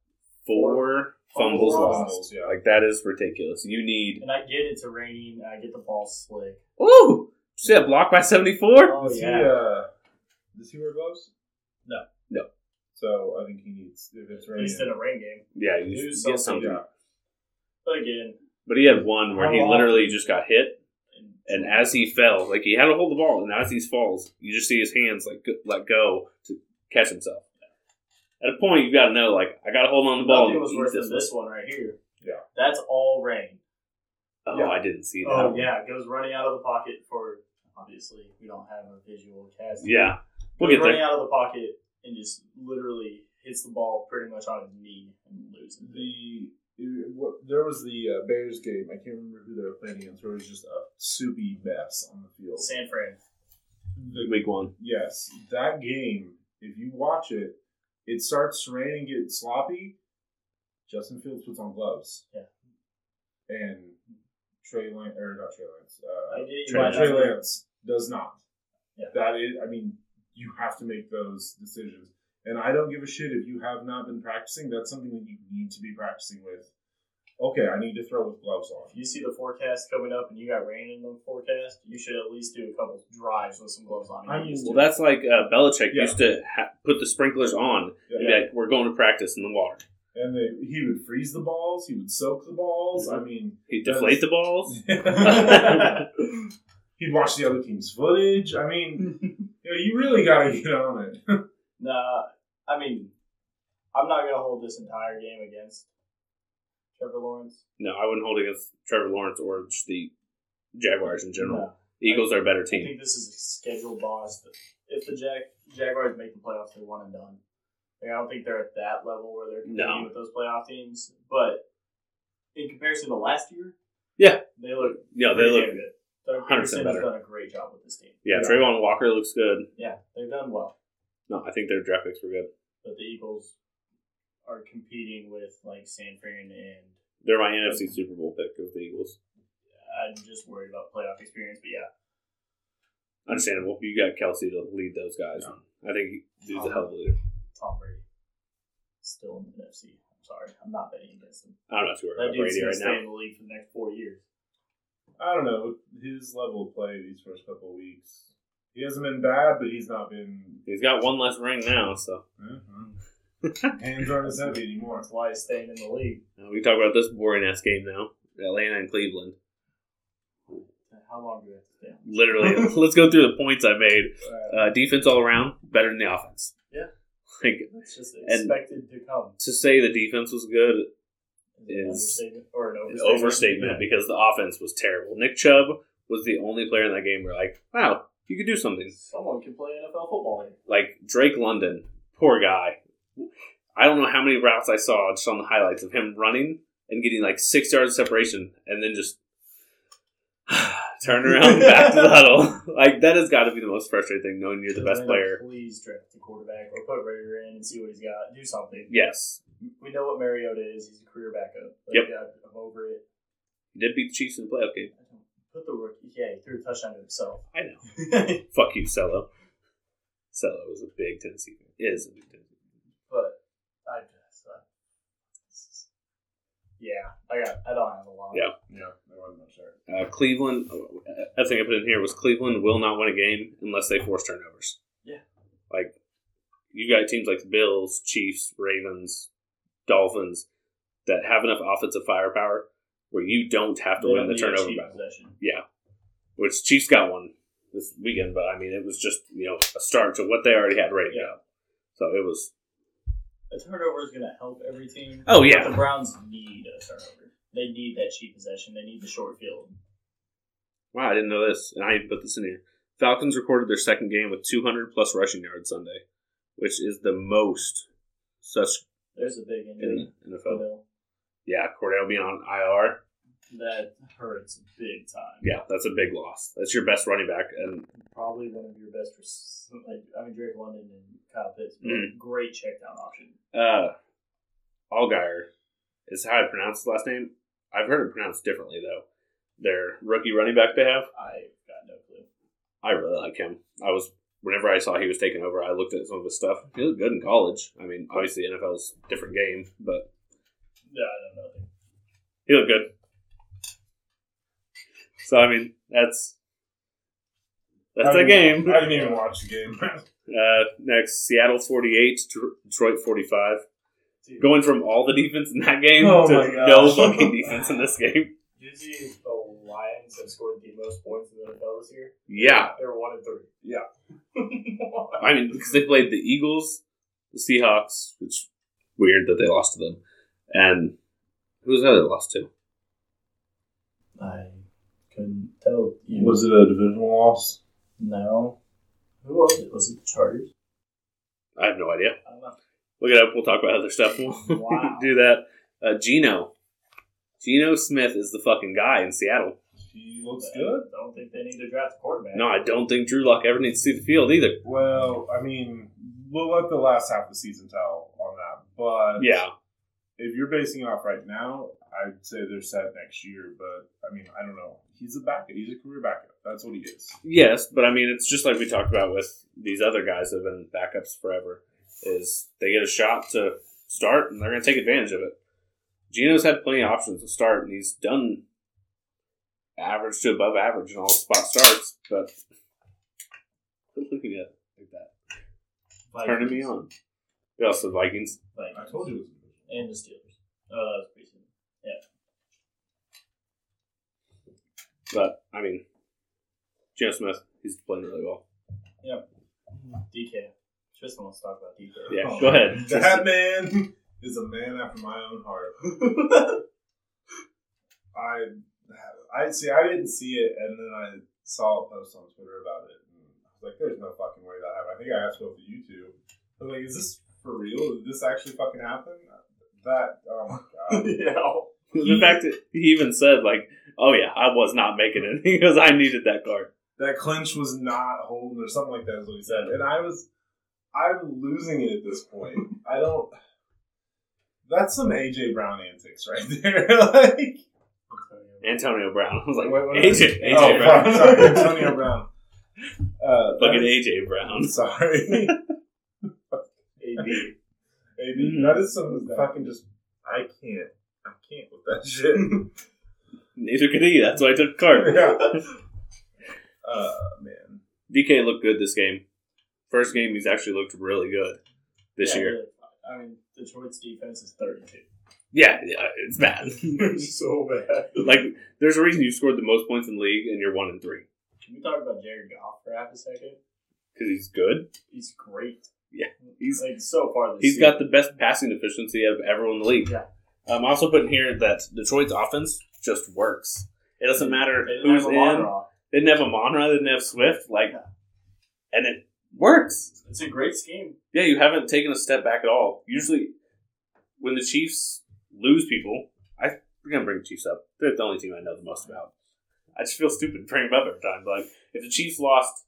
Four fumbles Fumbles lost. Yeah. Like that is ridiculous. You need And I get it's raining. I get the ball slick. ooh, see that block by seventy four. Oh does he? yeah. Uh, does he wear gloves? No. No. So I think he needs if it's At least in raining. a rain game. Yeah, you Do should get something. something. Yeah. But again, But he had one where he How literally just got hit, and, and as he fell, like he had to hold the ball, and as he falls, you just see his hands like go- let go to catch himself. At a point, you got to know, like I got to hold on the ball. nothing was and eat worse than one. this one right here. Yeah. That's all rain. Oh, Yeah. I didn't see that. Oh yeah, it goes running out of the pocket for obviously we don't have a visual cast. yeah. We'll goes get running there. out of the pocket and just literally hits the ball pretty much on his knee and loses it. The what, there was the uh, Bears game. I can't remember who they were playing against. Where it was just a soupy mess on the field. San Fran. The- Week one. yes, that game. If you watch it, it starts raining, getting sloppy. Justin Fields puts on gloves. Yeah. And Trey Lance, or not Trey Lance. Uh, I get you Trey- might Lance. Trey not- Lance does not. Yeah. That is, I mean, you have to make those decisions. And I don't give a shit if you have not been practicing. That's something that you need to be practicing with. Okay, I need to throw with gloves on. If you see the forecast coming up and you got rain in the forecast, you should at least do a couple drives with some gloves on. I You mean, just Well, do it. that's like uh, Belichick Yeah. used to ha- put the sprinklers on. Yeah. and be like, we're going to practice in the water. And they, he would freeze the balls. He would soak the balls. I mean, He That deflate is- the balls. he'd watch the other team's footage. I mean, you, know, you really got to get on it. Nah, I mean, I'm not gonna hold this entire game against Trevor Lawrence. No, I wouldn't hold against Trevor Lawrence or just the Jaguars in general. No. Eagles are a better I team. think this is a schedule boss. that If the Jag- Jaguars make the playoffs, they're one and done. Like, I don't think they're at that level where they're competing No. with those playoff teams. But in comparison to last year, Yeah. they look Yeah, they pretty look. damn good. Doug 100% Peterson has better. done a great job with this team. Yeah, Trayvon Walker looks good. Yeah, they've done well, No, I think their draft picks were good. but the Eagles are competing with like San Fran, and They're my NFC Super Bowl pick of the Eagles. I'm just worried about playoff experience. But yeah, Understandable. You got Kelsey to lead those guys. I think he- Um, he's a hell of a leader. Tom Brady still in the NFC. I'm sorry, I'm not betting against him. I'm not too worried That about dude's Brady gonna right stay now. in the league for the next four years. I don't know his level of play these first couple of weeks. He hasn't been bad, but he's not been He's got one less ring now, so Mm-hmm. hands aren't as heavy anymore. That's why he's staying in the league. Uh, we can talk about this boring ass game now. Atlanta and Cleveland. How long do we have to stay? on? Literally, let's go through the points I made. Alright, Uh, defense all around, better than the offense. Yeah. Like It's just expected to come. to say the defense was good Is it an is- understatement or an an overstatement? overstatement because the offense was terrible. Nick Chubb was the only player in that game where like, wow, you could do something. Someone can play NFL football here. Like Drake London, poor guy. I don't know how many routes I saw just on the highlights of him running and getting like six yards of separation and then just turn around back to the huddle. Like that has got to be the most frustrating thing knowing you're the best Atlanta, player. Please draft the quarterback or put Rager in and see what he's got. Do something. Yes, We know what Mariota is. He's a career backup. Yep. Yeah, I'm over it. He did beat the Chiefs in the playoff game. Put the rookie. Yeah, he threw a touchdown to himself. I know. Fuck you, Cello. Cello is a big Tennessee fan. Is a big Tennessee fan. but I guess. Uh, yeah, I got. I don't have a lot. Yeah. Yeah, I wasn't much there. Uh, Cleveland, I think I put in here was Cleveland will not win a game unless they force turnovers. Yeah. Like, you got teams like the Bills, Chiefs, Ravens, Dolphins that have enough offensive firepower where you don't have to They win don't the need a turnover cheap battle. possession. Which Chiefs got one this weekend, but I mean, it was just, you know, a start to what they already had ready to Yeah. go. So it was, A turnover is going to help every team. Oh, But yeah. the Browns need a turnover. They need that cheap possession. They need the short field. wow, I didn't know this. And I even put this in here. Falcons recorded their second game with 200 plus rushing yards Sunday, which is the most such There's a big injury. in NFL. Bill. Yeah, Cordell being on IR. That hurts big time. Yeah, that's a big loss. That's your best running back, and Probably one of your best. res- Like, I mean, Drake London and Kyle Pitts. but Mm. Great check down option. uh, Allgaier is how I pronounce his last name. I've heard it pronounced differently though. Their rookie running back they have, I got no clue. I really like him. I was whenever I saw he was taking over, I looked at some of his stuff. He looked good in college. I mean, obviously NFL's a different game, but Yeah, I don't know. he looked good. So I mean, that's that's a game. I didn't even watch the game. Uh, next, Seattle 48, Dr- Detroit 45. Dude. Going from all the defense in that game Oh to my gosh. no fucking defense in this game. Did you see the Lions have scored the most points in the NFL this year? Yeah. They're one and three. Yeah. I mean, because they played the Eagles, the Seahawks, which weird that they lost to them. And who was the other they lost to? I couldn't tell you. Was it a divisional loss? no? Who was it? Was it the Chargers? I have no idea. I don't know. Look it up. We'll talk about other stuff. We'll Wow. do that. Uh, Gino. Gino Smith is the fucking guy in Seattle. He looks good. I don't think they need to draft a quarterback. No, I don't think Drew Lock ever needs to see the field either. Well, I mean, we'll let the last half of the season tell on that. But Yeah. if you're basing it off right now, I'd say they're set next year. But I mean, I don't know. He's a backup. He's a career backup. That's what he is. Yes, but I mean, it's just like we talked about with these other guys that have been backups forever. Is they get a shot to start and they're going to take advantage of it. Gino's had plenty of options to start, and he's done average to above average in all spot starts. But Quit looking at it like that, turning me on. We also Vikings. Like, I told you. It was a divisional. And the Steelers. Oh, that was pretty soon. But I mean, Geno Smith, he's playing really well. DK. Tristan wants to talk about DK. Yeah, Oh. go ahead. That man is a man after my own heart. I I see. I didn't see it, and then I saw a post on Twitter about it, and I was like, "There's no fucking way that happened." I think I asked both of you two. I was like, "Is this for real? Did this actually fucking happen?" That oh my god. yeah. the fact that he even said like, "Oh yeah, I was not making it because I needed that card." that clinch was not holding or something like that is what he said. And I was I'm losing it at this point. I don't that's some AJ Brown antics right there. like Antonio Brown. I was like, Wait, wait, AJ, wait. AJ oh, Brown. fuck, sorry, Antonio Brown. Uh Fucking that- AJ I'm Brown. sorry. AB. Mm-hmm. AB, that is some fucking just I can't I can't with that shit. Neither could he. That's why I took Carter. yeah. Uh man. DK looked good this game. First game, he's actually looked really good this Yeah, year. really. I mean, Detroit's defense is 32. Yeah, yeah, it's bad. so bad. like, there's a reason you scored the most points in the league and you're one and three Can we talk about Jared Goff for half a second? because he's good. He's great. Mm, Yeah, he's- like so far this He's year. got the best passing efficiency of everyone in the league. Yeah. I'm also putting here that Detroit's offense just works. It doesn't matter They didn't who's have in. a lot of rock. They didn't have Amonra. They didn't have Swift. Like, Yeah. and it works. It's a great scheme. Yeah, you haven't taken a step back at all. Usually, when the Chiefs lose people, I, we're going to bring the Chiefs up. They're the only team I know the most about. I just feel stupid bringing them up every time. But like, if the Chiefs lost,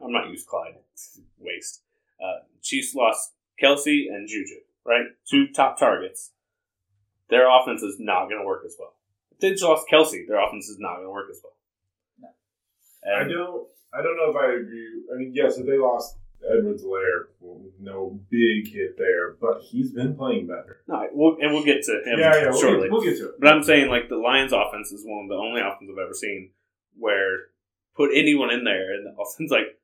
I'm not used to Clyde. It's a waste. Uh, Chiefs lost Kelsey and Juju, right? Two top targets. their offense is not going to work as well. If they just lost Kelsey, their offense is not going to work as well. I And don't. I don't know if I agree. I mean, yes, if they lost Edwards Lair, no big hit there, but he's been playing better. no, we'll, and we'll get to him yeah, yeah. We'll shortly. get, we'll get to it. But I'm saying like the Lions offense is one of the only offenses I've ever seen where put anyone in there and the offense like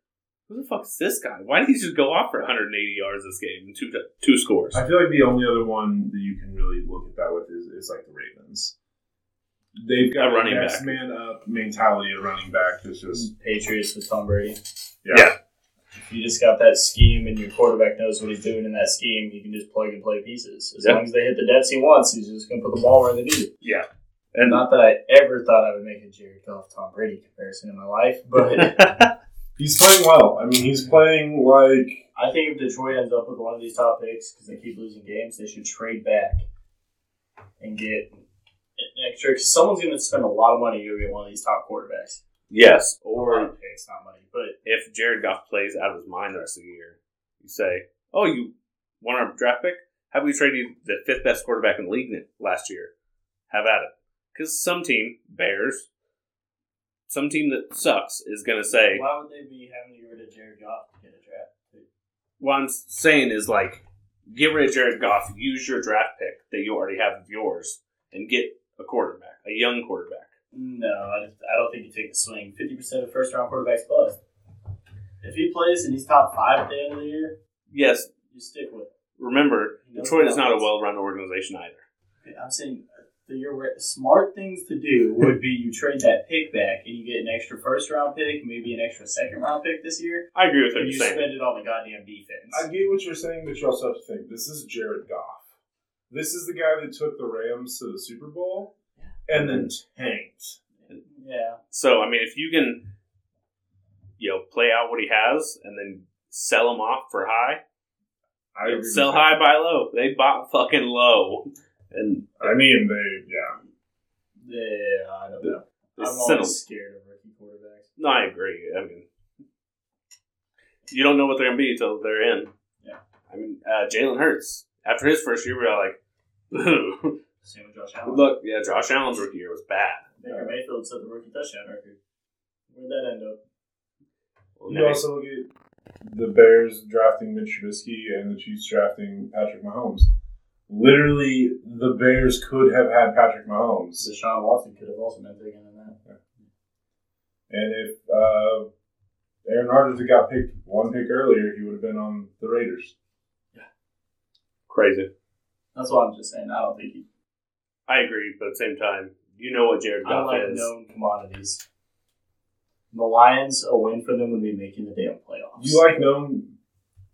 who the fuck is this guy? Why did he just go off for 180 yards this game and two two scores? I feel like the only other one that you can really look at that with is, is like the Ravens. They've got A running a next back. man up mentality of running back. That's just Patriots with Tom Brady. yeah. Yeah. If you just got that scheme and your quarterback knows what he's doing in that scheme, you can just plug and play pieces. As Yeah. long as they hit the depths he wants, he's just going to put the ball where they need it. Yeah. And Not that I ever thought I would make a Jared Goff Tom Brady comparison in my life, but He's playing well. I mean, he's playing like I think if Detroit ends up with one of these top picks because they keep losing games, they should trade back and get an extra. Because someone's going to spend a lot of money to get one of these top quarterbacks. yes, Or or picks, not money, but if Jared Goff plays out of his mind the rest of the year, you say, "Oh, you won our draft pick? Have we traded the fifth best quarterback in the league n- last year? Have at it." Because some team, Bears, some team that sucks is going to say, why would they be having to get rid of Jared Goff to get a draft? what I'm saying is like get rid of Jared Goff, use your draft pick that you already have of yours, and get a quarterback, a young quarterback. No, I, just, I don't think you take the swing. Fifty percent of first round quarterbacks bust. If he plays and he's top five at the end of the year, Yes, you stick with remember He knows Detroit is not a offense. well-run organization either. it. I'm saying the year where smart things to do would be you trade that pick back and you get an extra first round pick, maybe an extra second round pick this year, I agree with what and you're you saying. spend it on the goddamn defense. I get what you're saying, but you also have to think this is Jared Goff. This is the guy that took the Rams to the Super Bowl and then tanked. yeah, So I mean, if you can, you know, play out what he has and then sell him off for high, I agree with sell that. high, buy low. They bought fucking low, and I mean, they yeah. yeah, I don't know. they I'm sent him. always scared of rookie quarterbacks. No, I agree. I mean, you don't know what they're gonna be until they're in. Yeah. I mean, uh, Jalen Hurts after his first year, we were all like, "Ooh." Same with Josh Allen. Good luck. Yeah, Josh Allen's rookie year was bad. Baker Mayfield set the rookie touchdown record. Where'd that end up? Well, You now- also look at the Bears drafting Mitch Trubisky and the Chiefs drafting Patrick Mahomes. Literally, the Bears could have had Patrick Mahomes, Deshaun Watson could have also been big in that. and if uh, Aaron Rodgers had got picked one pick earlier, he would have been on the Raiders. crazy. That's what I'm just saying. I don't think he. I agree, but at the same time, you know what Jared I Goff like is. known commodities. The Lions, a win for them would be making the damn playoffs. You like known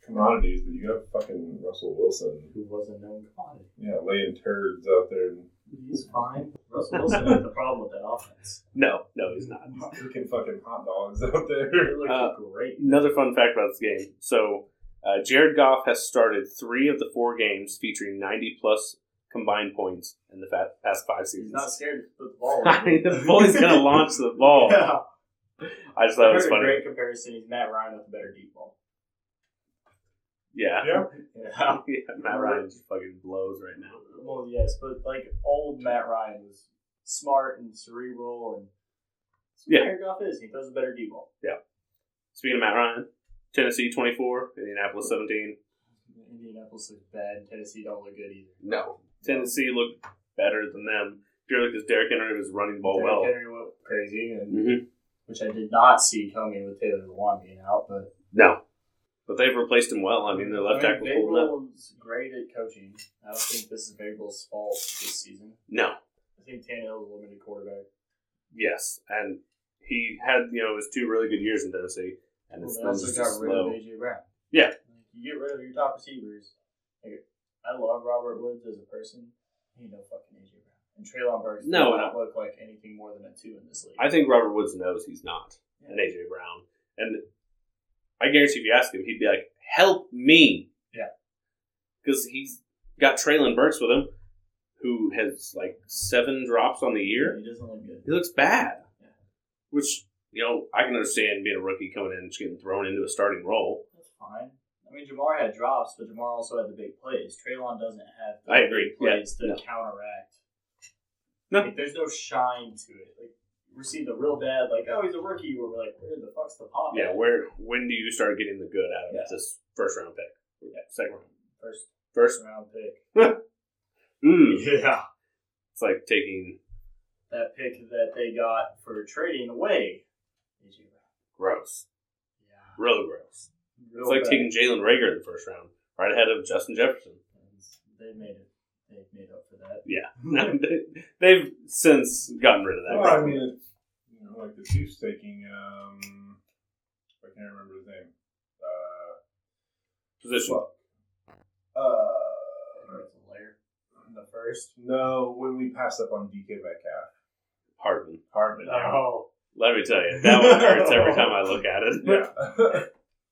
commodities, but you have fucking Russell Wilson, who was a known commodity? yeah, laying turds out there. He's fine. Russell Wilson had the problem with that offense. No, no, he's not. Cooking fucking hot dogs out there. They looked Uh, great. Another fun fact about this game. So, uh, Jared Goff has started three of the four games featuring 90 plus combined points in the fa- past five He's not seasons. scared to put the ball. I mean, the boy's going to launch the ball. Yeah. I just thought I it heard was a funny. great comparison. He's Matt Ryan with a better deep ball. Yeah. Oh, Yeah, Yeah. yeah, Matt Ryan just fucking blows right now. Well, yes, but like old Matt Ryan was smart and cerebral, and that's what Yeah. Jared Goff is. He throws a better deep ball. Speaking of Matt Ryan, Tennessee 24, Indianapolis 17. Indianapolis looks bad. Tennessee don't look good either. No. Tennessee looked better than them purely because Derrick Henry was running the ball Derrick well. Henry went crazy, and, Mm-hmm. which I did not see coming with Taylor Lewan being out. But No. But they've replaced him well. I mean, their left I tackle mean, pulled up. Vrabel's great at coaching. I don't think this is Vrabel's fault this season. No. I think Tannehill's a limited quarterback. Yes. And he had, you know, his two really good years in Tennessee. And Well, it's they been also just got rid of slow. AJ Brown. Yeah. you get rid of your top receivers. Like, I love Robert Woods as a person. He no fucking AJ Brown. And Traylon Burks No, does and not look like anything more than a two in this league. I think Robert Woods knows he's not an AJ Brown. And I guarantee if you ask him, he'd be like, help me. Yeah. Because he's got Traylon Burks with him, who has like seven drops on the year. he doesn't look good. He looks bad. Yeah. Which, you know, I can understand being a rookie coming in and just getting thrown into a starting role. That's fine. I mean, Jamar had drops, but Jamar also had the big plays. Traylon doesn't have the I agree, big plays yeah, to no. counteract. No. Like, there's no shine to it. Like, you received a real bad, like, oh, he's a rookie. We're like, where the fuck's the pop? Yeah, at? where when do you start getting the good out of Yeah. this first round pick? Yeah, second round. First, First first round pick. mm, Yeah. it's like taking That pick that they got for trading away. AJ Brown. gross. Yeah. Really gross. Real It's like bad. taking Jalen Rager in the first round, right ahead of Justin Jefferson. They made it. They made up for that. No, they- They've since gotten rid of that. Well, I problem. mean, it's, you know, like the Chiefs taking, um, I can't remember his name. Uh, Position. uh, It's a layer in the first. no, when we passed up on DK Metcalf, Hardman. Hardman. Oh. Let me tell you, that one hurts every time I look at it. Yeah.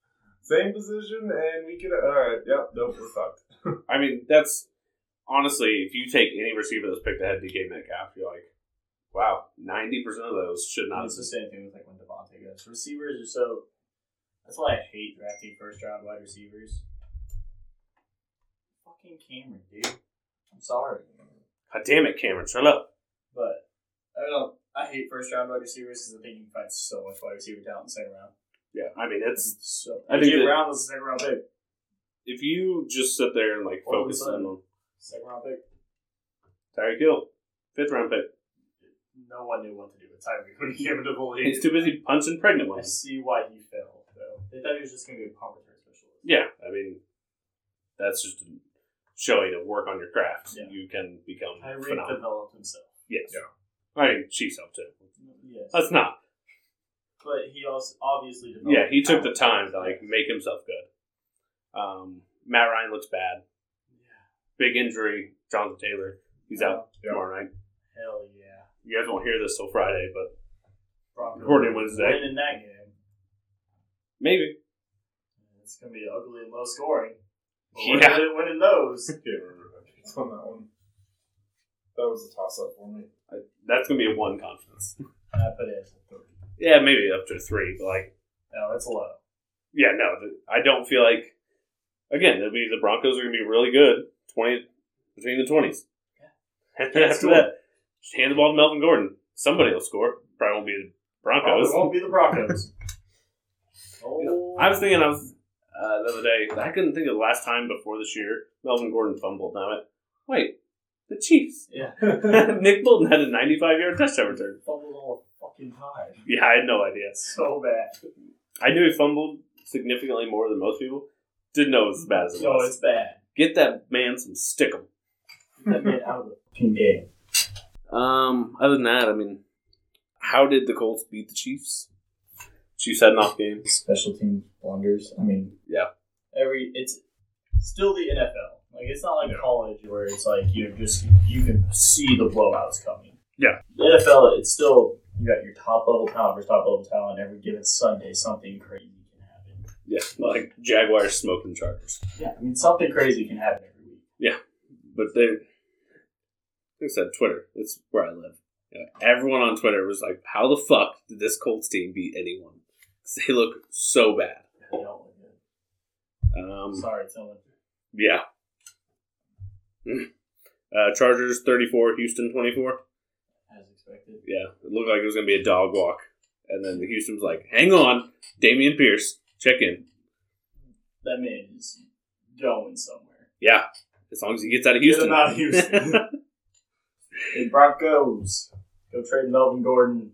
Same position, and we could. All right. Yep. Nope. We're fucked. I mean, that's honestly, if you take any receiver that's picked ahead of DK Metcalf, you're like, wow, 90% of those should And not. it's the same thing with like when Devontae goes. Receivers are so. That's why I hate drafting first round wide receivers. Fucking Cameron, dude. I'm sorry, God damn it, Cameron, shut up. but I don't. I hate first round wide receivers because I think you can find so much wide receiver talent in the second round. Yeah, I mean, it's. So I think AJ that- Brown was the second round pick. If you just sit there and like All of a focus sudden. on Second round pick. Tyreek Hill, fifth round pick, No one knew what to do with Tyreek when he came into the league. he's too busy punching pregnant I ones. see why he failed, though. They thought he was just going to be a punt return specialist. Yeah, I mean, that's just showing to work on your craft. Yeah. You can become Tyreek phenomenal. developed himself. Yes. I mean, Chiefs helped too. Yes. Let's not. but he also obviously developed. Yeah, he took the time to like make himself good. Um, Matt Ryan looks bad. Yeah. Big injury. Jonathan Taylor, he's out Yeah. tomorrow night. Hell yeah. You guys won't hear this till Friday, but Brock Recording Wednesday. Winning that game. maybe. It's going to be ugly and low scoring. But we're Yeah. good at winning those. Can't remember who I picked on that one. That was a toss up for me. I, that's gonna be a one conference. I put it as a three. Yeah, maybe up to a three, but like, No, it's low. yeah, no, th- I don't feel like. Again, it'll be the Broncos are gonna be really good. Twenty between the twenties. And then after Score. that, just hand the ball to Melvin Gordon. Somebody will score. Probably won't be the Probably Broncos. won't be the Broncos. oh, I was thinking, I was uh, the other day, I couldn't think of the last time before this year Melvin Gordon fumbled. Now it, wait, the Chiefs. Yeah. Nick Bolton had a 95 yard touchdown return. Fumbled all fucking time. Yeah, I had no idea. So bad. I knew he fumbled significantly more than most people. Didn't know it was as bad as it No, was. it's bad. Get that man some stickum. That man out of the fucking game. Um, other than that, I mean, how did the Colts beat the Chiefs? Chiefs had an off game. special team blunders. I mean, Yeah. every it's still the NFL. Like it's not like Yeah. college where it's like you're just you can see the blowouts coming. Yeah. the NFL. It's still you got your top level talent versus top level talent every given Sunday. Something crazy can happen. Yeah, like Jaguars smoking Chargers. Yeah, I mean something crazy can happen every week. but they like I said Twitter. That's where I live. Yeah, everyone on Twitter was like, "How the fuck did this Colts team beat anyone? 'Cause they look so bad." They don't look good. Um, Sorry, Tillman. yeah. Mm. Uh, Chargers thirty-four, Houston twenty-four. As expected. Yeah, it looked like it was gonna be a dog walk, and then the Houston was like, "Hang on, Damian Pierce, check in." That man is going somewhere. Yeah, as long as he gets out of Get him Houston. out of Houston. Hey, Broncos, go trade Melvin Gordon.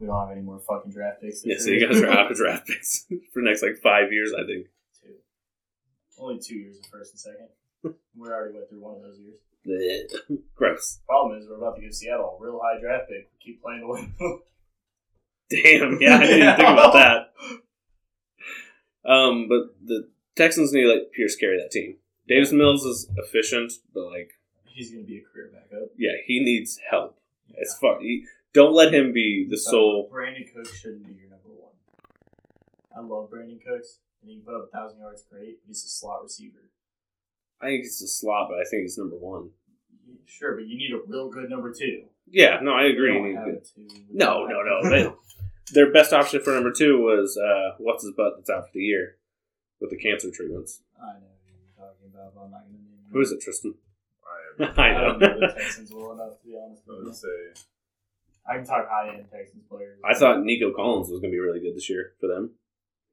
We don't have any more fucking draft picks. yeah, so you guys are out of draft picks for the next like five years, I think. Two. Only two years of first and second. We already went through one of those years. Blech. Gross. Problem is, we're about to give Seattle a real high draft pick. We keep playing to win. Damn, yeah, I didn't even think about that. Um, but the Texans need like Pierce carry that team. Davis Mills is efficient, but like, He's going to be a career backup. yeah, he needs help. It's fun. He, don't let him be the Uh-huh. sole. Brandon Cooks shouldn't be your number one. I love Brandon Cooks. And he can put up a thousand yards, great. But he's a slot receiver. I think he's a slot, but I think he's number one. Sure, but you need a real good number two. Yeah, no, I We agree. don't You have need a good- two. We No, don't no, have- no. They, their best option for number two was uh, what's his butt that's out for the year. with the cancer treatments. I know who you're talking about, but I'm not going to name Who is it, Tristan? I, am, I I don't know the Texans well enough, to be honest I with you. would say I can talk high end Texans players. I thought Nico Collins was going to be really good this year for them.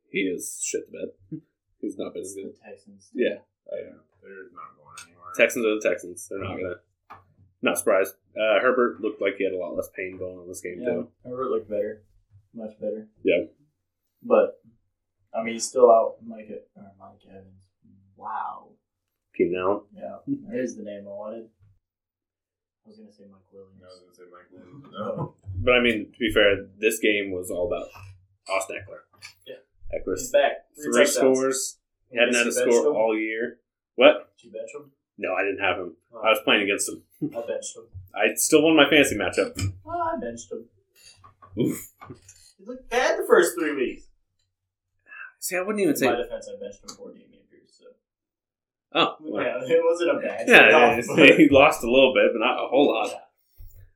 He is shit to bed. He's not been as the good. Texans. Yeah, yeah, they're not going anywhere. Texans are the Texans. They're not gonna. Not surprised. Uh, Herbert looked like he had a lot less pain going on this game yeah. too. Herbert looked better, much better. Yeah. But I mean, he's still out Mike or Mike Evans. Wow. Keenan Allen. Yeah, Hmm. there's the name I wanted. I was gonna say Mike Williams. I was gonna say Mike Williams. No, But I mean, to be fair, this game was all about Austin Eckler. Yeah. Eckler He's back. three touchdowns. scores. He hadn't had Did you a bench score him? all year. What? Did you bench him? No, I didn't have him. Oh, I was playing against him. I benched him. I still won my fantasy matchup. Oh, I benched him. Oof. He looked bad the first three weeks. See, I wouldn't even In say. my defense, I benched him for Damian Pierce. So Oh, well. yeah, it wasn't a bad. yeah, trade-off, yeah, but- he lost a little bit, but not a whole lot.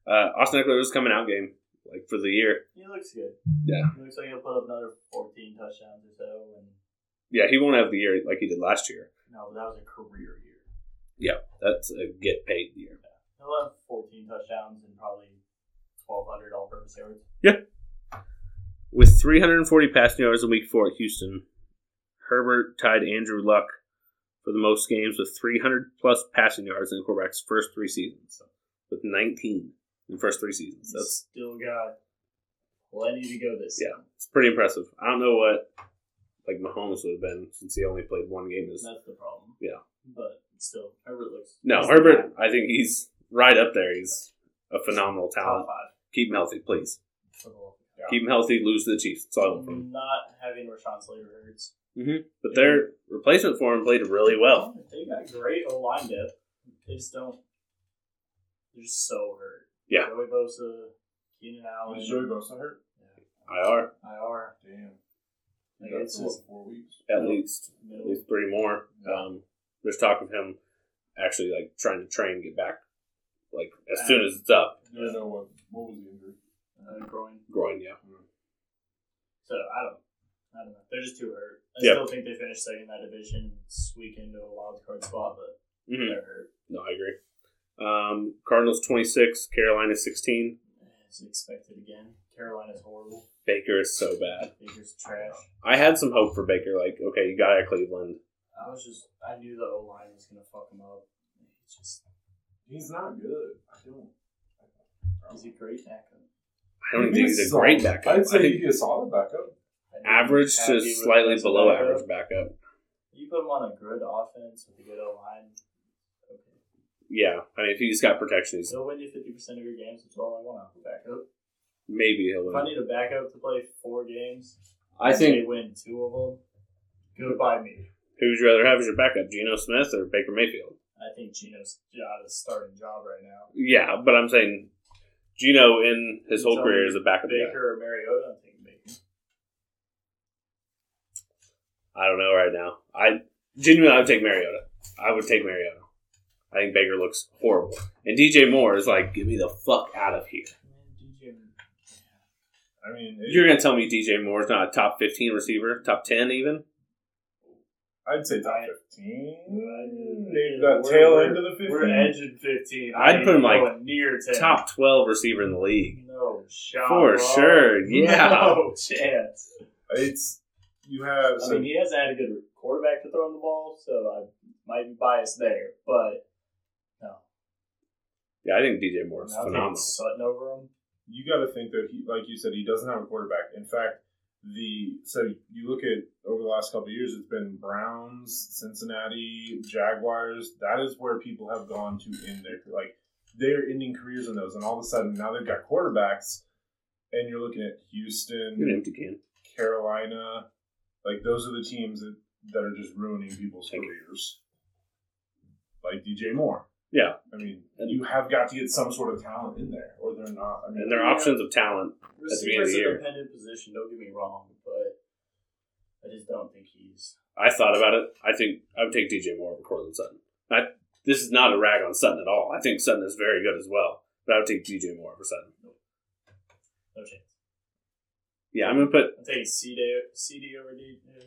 Uh, Austin Eckler was coming out game like for the year. He looks good. Yeah. He looks like he'll put up another 14 touchdowns or so. And Yeah, he won't have the year like he did last year. no, but that was a career year. That's a get paid year. He'll have 14 touchdowns and probably 1,200 all-purpose yards. With 340 passing yards in week four at Houston, Herbert tied Andrew Luck for the most games with 300 plus passing yards in the quarterback's first three seasons, with 19 in the first three seasons. He's That's still got plenty to go this Yeah. season. it's pretty impressive. I don't know what like Mahomes would have been since he only played one game. This That's the problem. Yeah. But still, Herbert looks. no he's Herbert, I think he's right up there. He's a phenomenal the Top talent. five Keep him healthy, please. for the whole Keep him healthy. Lose to the Chiefs. That's all I want from him. Not having Rashawn Slater hurts. But their replacement for him played really well. Oh, They got great line depth. They just don't. They're just so hurt. Yeah. Joey Bosa, Keenan Allen. is Joey Bosa hurt? IR IR. Damn, Like, He got it's for, what, just four weeks. at least. at middle. least three more. Um, there's talk of him actually like trying to train get back, like as Back. soon as it's up. I don't know what what was the injury. Uh, groin. Groin, yeah. So I don't. I don't know. They're just too hurt. I Yeah. still think they finished second in that division, squeak into a wild card spot, but hmm they're hurt. No, I agree. Um, Cardinals 26, Carolina 16. It's expected again. Carolina's horrible. Baker is so bad. Baker's trash. I had some hope for Baker. Like, okay, you got out of Cleveland. I was just. I knew the O line was gonna fuck him up. It's just. He's not good. I don't. Is he great backup? I don't even He'd think be he's a solid- great backup. I'd say I he'd think be a solid backup. I'd be average happy to with him slightly as a below backup. average backup. You put him on a good offense with a good O line. Okay. Yeah, I mean, if he's got protection, he's He'll win you fifty percent of your games. That's all I want out of a backup. maybe he'll If I win. need a backup to play four games, I and think. they win two of them. Goodbye, me. Who would you rather have as your backup, Geno Smith or Baker Mayfield? I think Gino's got a starting job right now. Yeah, but I'm saying Gino in his whole So, career is a backup guy. Baker or Mariota, I'm thinking Baker. I don't know right now. I genuinely I would take Mariota. I would take Mariota. I think Baker looks horrible. And DJ Moore is like, get me the fuck out of here. Man, DJ, I mean, it- You're gonna tell me DJ Moore's not a top fifteen receiver, top ten even? I'd say top I- fifteen, I- maybe that we're- tail we're- end of the 15 we're edging fifteen. I I'd ain't put him, like, going near ten. Top twelve receiver in the league. No shot. For bro. sure, yeah. No chance. It's you have. I so mean, he hasn't had a good quarterback to throw him the ball, so I might be biased there. But no, Yeah, I think DJ Moore is I mean, I'll phenomenal. take Sutton over him. you got to think that he, like you said, he doesn't have a quarterback. In fact, the so you look at over the last couple of years, it's been Browns, Cincinnati, Jaguars. That is where people have gone to end their like they're ending careers in those, and all of a sudden now they've got quarterbacks, and you're looking at You're an Houston, empty can. Carolina, like those are the teams that that are just ruining people's Thank you. careers. Like DJ Moore. Yeah. I mean, And- you have got to get some sort of talent in there, or they're not. I mean, And their Yeah. options of talent. the beginning of Receiver's the a year. dependent position. Don't get me wrong, but I just don't think he's. I thought about it. I think I would take DJ Moore over Cortland Sutton. I, this is not a rag on Sutton at all. I think Sutton is very good as well, but I would take DJ Moore over Sutton. No chance. Yeah, I'm gonna put I'm taking CD, CD over D. Yeah.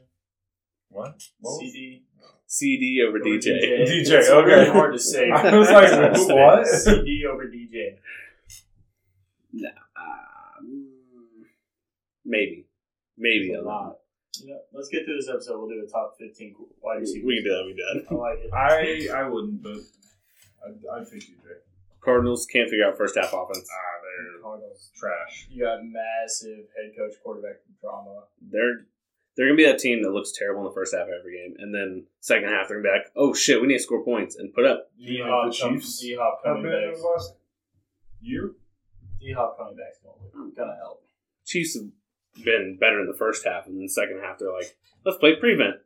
What? What was- CD CD over DJ. DJ, It's okay. really hard to say. I was like, what? CD over DJ. Uh, maybe, maybe It's a lot. Yeah, let's get through this episode. We'll do a top fifteen wide We receivers. can do that. We can do that. I like it. I I wouldn't, but I'd, I'd pick DJ. Cardinals can't figure out first half offense. Ah, they're Cardinals. trash. You got massive head coach quarterback drama. They're they're gonna be that team that looks terrible in the first half of every game, and then second half they're gonna be like, oh shit, we need to score points and put up. You D like Hop the Chiefs? D Hop How coming bad it back. was last year? D Hop coming back going gonna help. Chiefs have been better in the first half, and then second half they're like, let's play prevent,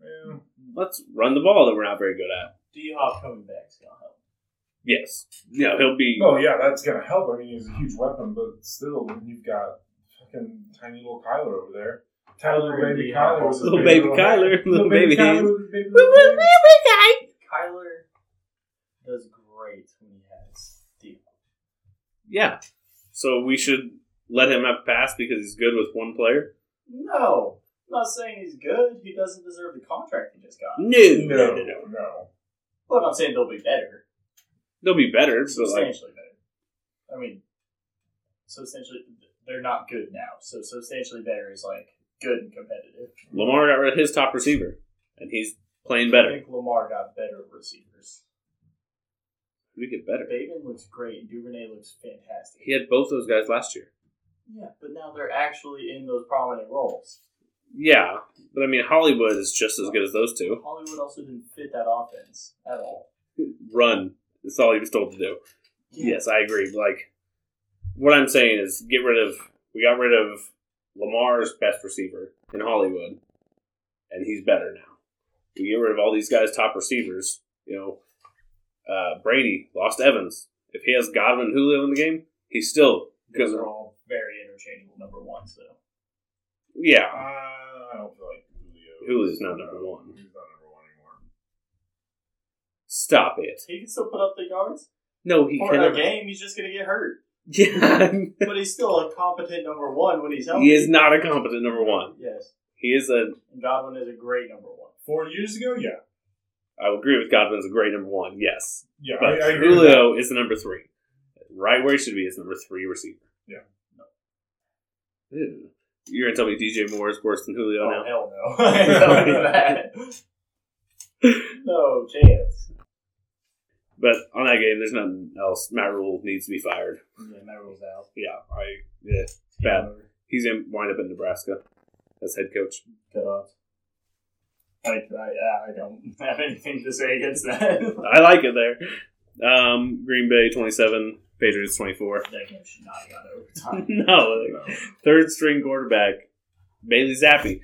Yeah. let's run the ball that we're not very good at. D Hop coming back's gonna help. Yes, yeah, he'll be. Oh yeah, that's gonna help. I mean, he's a huge weapon, but still, when you've got fucking tiny little Kyler over there, tiny little Kyler baby and Kyler, Deion. was his Little baby Kyler, little baby Kyler hands. was his baby little hands. Kyler does great when he has D Hop. Yeah, so we should let him have a pass because he's good with one player. No. I'm not saying he's good. He doesn't deserve the contract he just got. No, No, no, no. But I'm saying they'll be better. They'll be better, but like substantially better. I mean, substantially, they're not good now. So substantially better is like good and competitive. Lamar got rid of his top receiver, and he's playing I better. think Lamar got better receivers. We get better. Bateman looks great. Duvernay looks fantastic. He had both those guys last year. Yeah, but now they're actually in those prominent roles. Yeah, but I mean Hollywood is just as good as those two. Hollywood also didn't fit that offense at all. Run. That's all he was told to do. Yes, I agree. Like what I'm saying is get rid of we got rid of Lamar's best receiver in Hollywood and he's better now. We get rid of all these guys top receivers, you know. Uh, Brady lost Evans. If he has Godwin and Julio in the game, he's still Those because are all very interchangeable number ones, though. yeah. Uh, I don't feel like Julio. Julio's not number one. He's not number one anymore. Stop it. He can still put up the yards. No, he For can a never. game, he's just going to get hurt. Yeah, But he's still a competent number one when he's healthy. he is not a competent number one. Yes. He is a. And Godwin is a great number one. Four years ago, yeah, I would agree with Godwin's a great number one. Yes, yeah. I, but I agree with that. Julio is the number three, right where he should be is number three receiver. Yeah. Ew. You're gonna tell me DJ Moore is worse than Julio Oh, now? hell no. Don't do that. no chance. But on that game, there's nothing else. Matt Rule needs to be fired. Yeah, that rules out. Yeah, I. Yeah, bad. He's gonna wind up in Nebraska as head coach. Cut off. I, I, I don't have anything to say against that. I like it there. Um, Green Bay 27, Patriots 24. that game should not have gone overtime. no, third string quarterback, Bailey Zappi.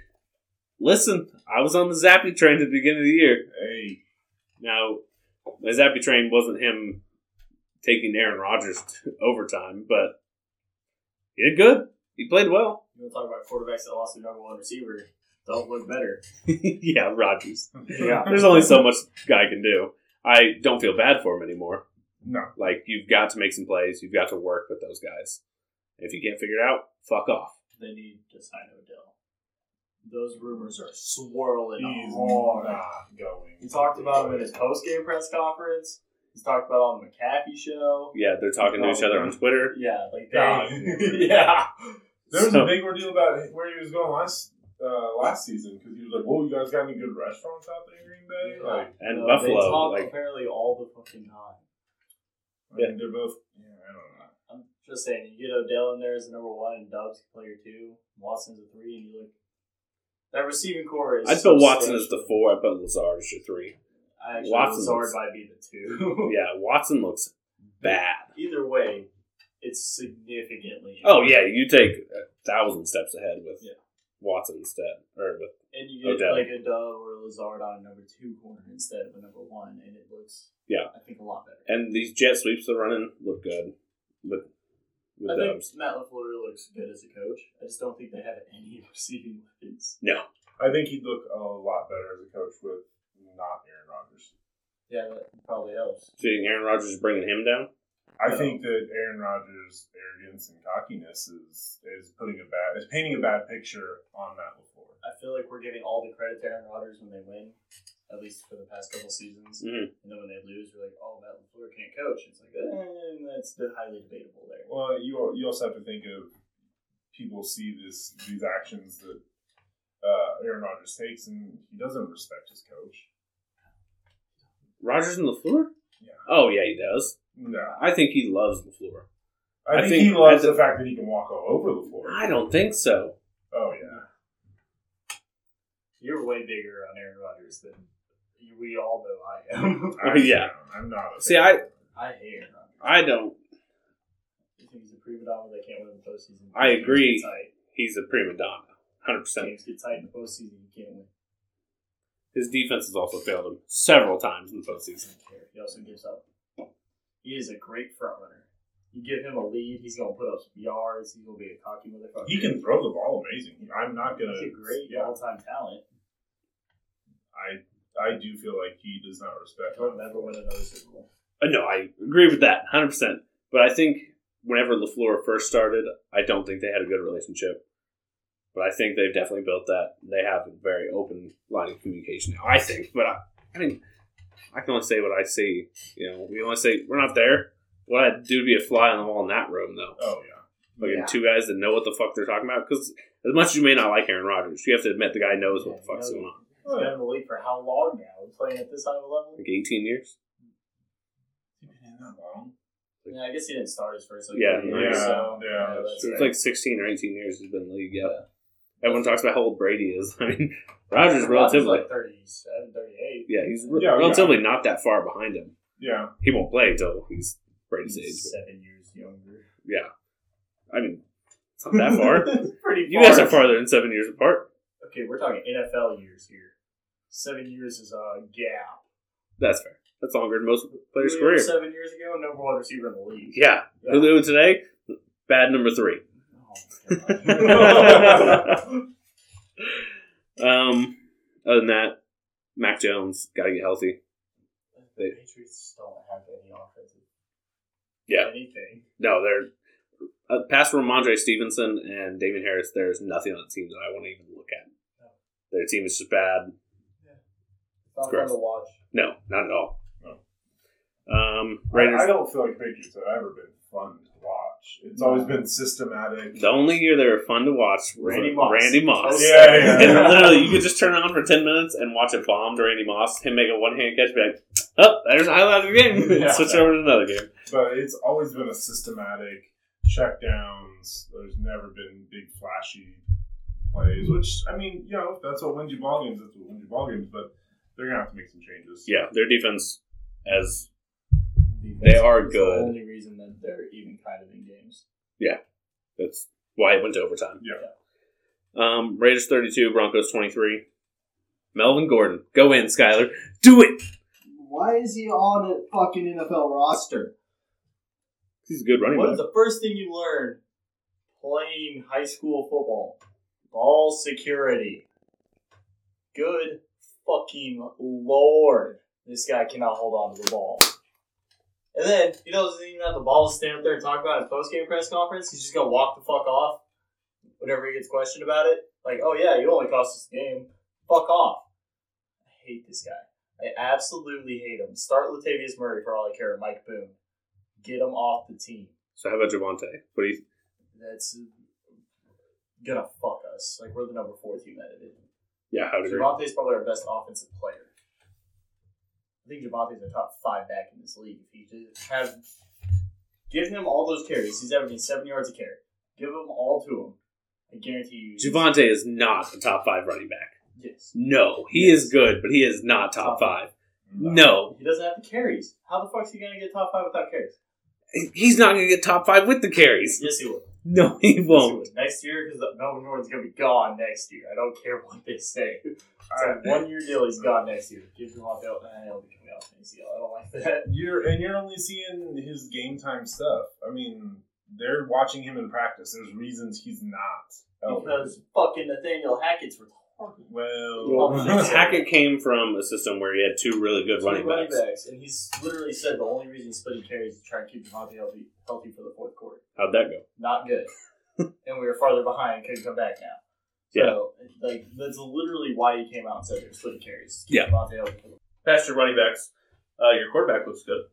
Listen, I was on the Zappi train at the beginning of the year. Hey, Now, the Zappi train wasn't him taking Aaron Rodgers to overtime, but he did good. He played well. You want to talk about quarterbacks that lost their number one receiver? Don't look better. yeah, Rodgers. yeah, There's only so much guy can do. I don't feel bad for him anymore. no. Like you've got to make some plays. You've got to work with those guys. If you can't figure it out, fuck off. They need to sign Odell. Those rumors are swirling He's hard. not going. He oh, talked about him in his post game press conference. He's talked about on the McAfee show. Yeah, they're talking to each other on Twitter. Yeah, like Nah, they, yeah. There was So- a big ordeal about where he was going last uh, last season because he was like, "Whoa, you guys got any good restaurants out there in Green Bay?" Like, And No, Buffalo, Uh, They talk like- apparently all the fucking time. I mean, they're both. Yeah, I don't know. I'm just saying, you get Odell in there as the number one, and Dubs can play your two, Watson's a three, and you look. That receiving core is. I'd so put Watson as stacked. the four. I put Lazard as your three. I actually, Watson's- Lazard might be the two. Yeah, Watson looks bad. Either way, it's significantly. Oh yeah, you take a thousand steps ahead with Yeah. Watson instead, or with And you get Odell. like a Dove or a Lazard on a number two corner instead of a number one, and it looks. Yeah. I think a lot better. and these jet sweeps they're running look good with I with think those. Matt LaFleur looks good as a coach. I just don't think they have any receiving weapons. I think he'd look a lot better as a coach with not Aaron Rodgers. Yeah, that probably helps. Do you think Aaron Rodgers is bringing him down? I No. think that Aaron Rodgers' arrogance and cockiness is is putting a bad is painting a bad picture on Matt Lafleur. I feel like we're giving all the credit to Aaron Rodgers when they win, at least for the past couple seasons. Mhm. And then when they lose, we're like, oh, Matt LaFleur can't coach. It's like, eh, that's de- highly debatable there. Well, you al- you also have to think of people see this these actions that uh, Aaron Rodgers takes, and he doesn't respect his coach. Rogers and Lafleur. Yeah. Oh yeah, he does. No, I think he loves Lafleur. I, I think, think he loves at the- the fact that he can walk all over the floor. I don't think so. Oh yeah, You're way bigger on Aaron Rodgers than you, we all know I am. Oh, yeah. I'm not. A See, fan. I hate Aaron Rodgers. I don't. You think he's a prima donna that can't win in the postseason? I Games agree. get tight. He's a prima donna. Hundred percent. Games get tight in the postseason. You can't win. His defense has also failed him several times in the postseason. Doesn't care. He also gives up. He is a great front runner. You give him a lead, he's gonna put up some yards. He's gonna be a cocky motherfucker. he can throw the ball amazing. I'm not gonna. He's a great Yeah, all-time talent. I I do feel like he does not respect. He'll never win another Super Bowl. Uh, No, I agree with that, hundred percent. But I think whenever Lafleur first started, I don't think they had a good relationship. But I think they've definitely built that. They have a very open line of communication now. I think, but I, I mean, I can only say what I see. You know, we only say we're not there. What I'd do to be a fly on the wall in that room, though. Oh yeah, Fucking Yeah. two guys that know what the fuck they're talking about. Because as much as you may not like Aaron Rodgers, you have to admit the guy knows what the fuck's going on. Oh, He's been in the league for how long now? We're playing at this high of a level. Like eighteen years. Man, not long. Yeah, I guess he didn't start his first. Like, Yeah, three yeah, years, so, yeah, that's that's So it's fair. like 16 or 18 years he's been in the league, yeah. Everyone talks about how old Brady is. I mean, Rogers relatively. like 37, 38. Yeah, he's re- Yeah, relatively not that far behind him. Yeah, He won't play till he's Brady's He's age. seven years younger. But yeah. I mean, it's not that far. Pretty you guys are farther than seven years apart. Okay, we're talking NFL years here. Seven years is a gap. That's fair. That's longer than most players' Three or career. Seven years ago, number one receiver in the league. Yeah. Yeah. Who knew today? Bad number three. Oh, my God. um, other than that, Mac Jones, got to get healthy. the Patriots just don't have any offensive. Yeah. Anything. No, they're uh, past Ramondre Stevenson and Damian Harris. There's nothing on the team that I want to even look at. No. Their team is just bad. It's not fun Gross. to watch. No, not at all. No. Um, Raiders. I, I don't feel like Patriots have ever been fun to watch. It's always been systematic. the only year they were fun to watch was Randy Moss. Oh, Randy Moss. Yeah, yeah. And literally, you could just turn it on for ten minutes and watch it bomb to Randy Moss. Him make a one hand catch, be like, "Oh, there's a highlight of the game." and Yeah. Switch over to another game. But it's always been a systematic checkdowns. There's never been big flashy plays, which I mean, you know, that's what wins you ball games. That's what wins you ball games. But they're gonna have to make some changes. Yeah, their defense, as Defense are is good. The only reason that they're even kind of in games. that's why it went to overtime. Yeah. Um, Raiders 32, Broncos 23. Melvin Gordon, go in, Skyler. Do it. Why is he on a fucking NFL roster? He's a good running What is back. the first thing you learn playing high school football? Ball security. Good fucking lord. This guy cannot hold on to the ball. And then he doesn't even have the ball to stand up there and talk about his post game press conference. He's just gonna walk the fuck off whenever he gets questioned about it. Like, oh yeah, you only cost us the game. Fuck off. I hate this guy. I absolutely hate him. Start Latavius Murray for all I care. Mike Boone. Get him off the team So how about Javante? What do you? that's gonna fuck us. Like we're the number four team that it is. Yeah, how agree. Javante's probably our best offensive player. I think Javante's a top five back in this league. If you just have give him all those carries, he's averaging seven yards a carry. Give him all to him. I guarantee you. he's- Javante is not a top five running back. yes. No, he Yes. is good, but he is not top Top five. five. No, He doesn't have the carries. How the fuck's he gonna get top five without carries? he's not going to get top five with the carries. Yes, he will. No, he Yes, he won't. will. Next year, because Melvin Gordon's gonna be gone next year. I don't care what they say. I- one year deal, he's gone next year. Give him off out, and he'll be coming off next year. I don't like that. you're and you're only seeing his game time stuff. I mean, they're watching him in practice. There's reasons he's not. Oh. Because fucking Nathaniel Hackett's retarded. well, Well, Well, Hackett came from a system where he had two really good running Two running backs. backs, and he's literally said the only reason he's splitting carries is to try and keep Devontae healthy, healthy for the fourth quarter. How'd that go? Not good. and we were farther behind, couldn't come back now. So, like, that's literally why he came out and said it was for the carries. Yeah. Devontae Adams. Past your running backs, uh, your quarterback looks good.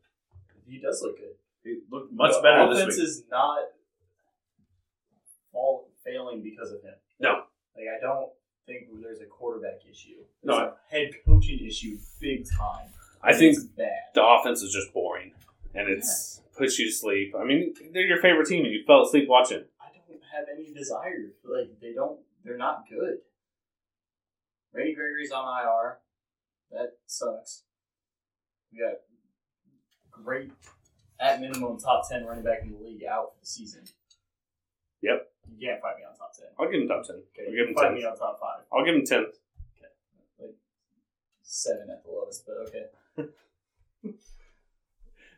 He does look good. He looked much The better this offense week. is not all failing because of him. No. Like, I don't think there's a quarterback issue. No, There's a head coaching issue big time. I And think it's bad. the offense is just boring, and it's puts you to sleep. I mean, they're your favorite team, and you fell asleep watching. I don't have any desire. Like they don't. They're not good. Randy Gregory's on IR. That sucks. We got great, at minimum, top ten running back in the league out for the season. Yep. You can't fight me on top ten. I'll give him top ten. Okay, I'll you give can him fight me ten. on top five, I'll give him ten. seven at the lowest, but okay.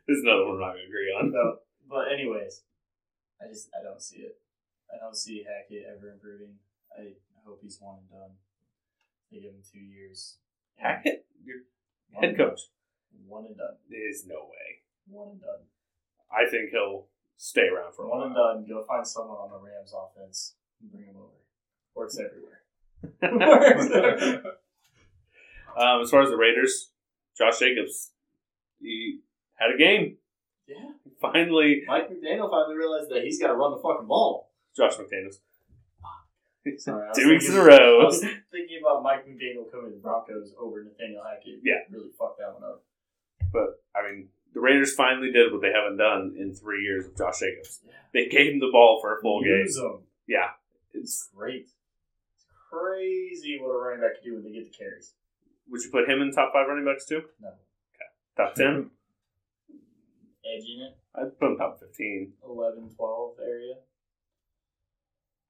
There's another one we're not gonna agree on. No, but anyways, I just I don't see it. I don't see Hackett ever improving. I hope he's one and done. They give him two years. Hackett, your One head and done. coach, One and done. there's no way. One and done. I think he'll stay around for For a one and while. done, go find someone on the Rams offense and bring him over. Works everywhere. um, as far as the Raiders, Josh Jacobs, he had a game. yeah. Finally, Mike McDaniel finally realized that he's got to run the fucking ball. Josh McDaniels. Sorry, I was Two weeks in thinking- a I row. was thinking about Mike McDaniel coming to the Broncos over Nathaniel Hackett. Yeah. Really fucked that one up. I mean, the Raiders finally did what they haven't done in three years with Josh Jacobs. Yeah. They gave him the ball for a full game. Use him. Yeah. It's um, great. It's crazy what a running back can do when they get the carries. Would you put him in top five running backs too? No. Mm-hmm. Top ten? Edging it, I'd put him top fifteen. 11, 12 area.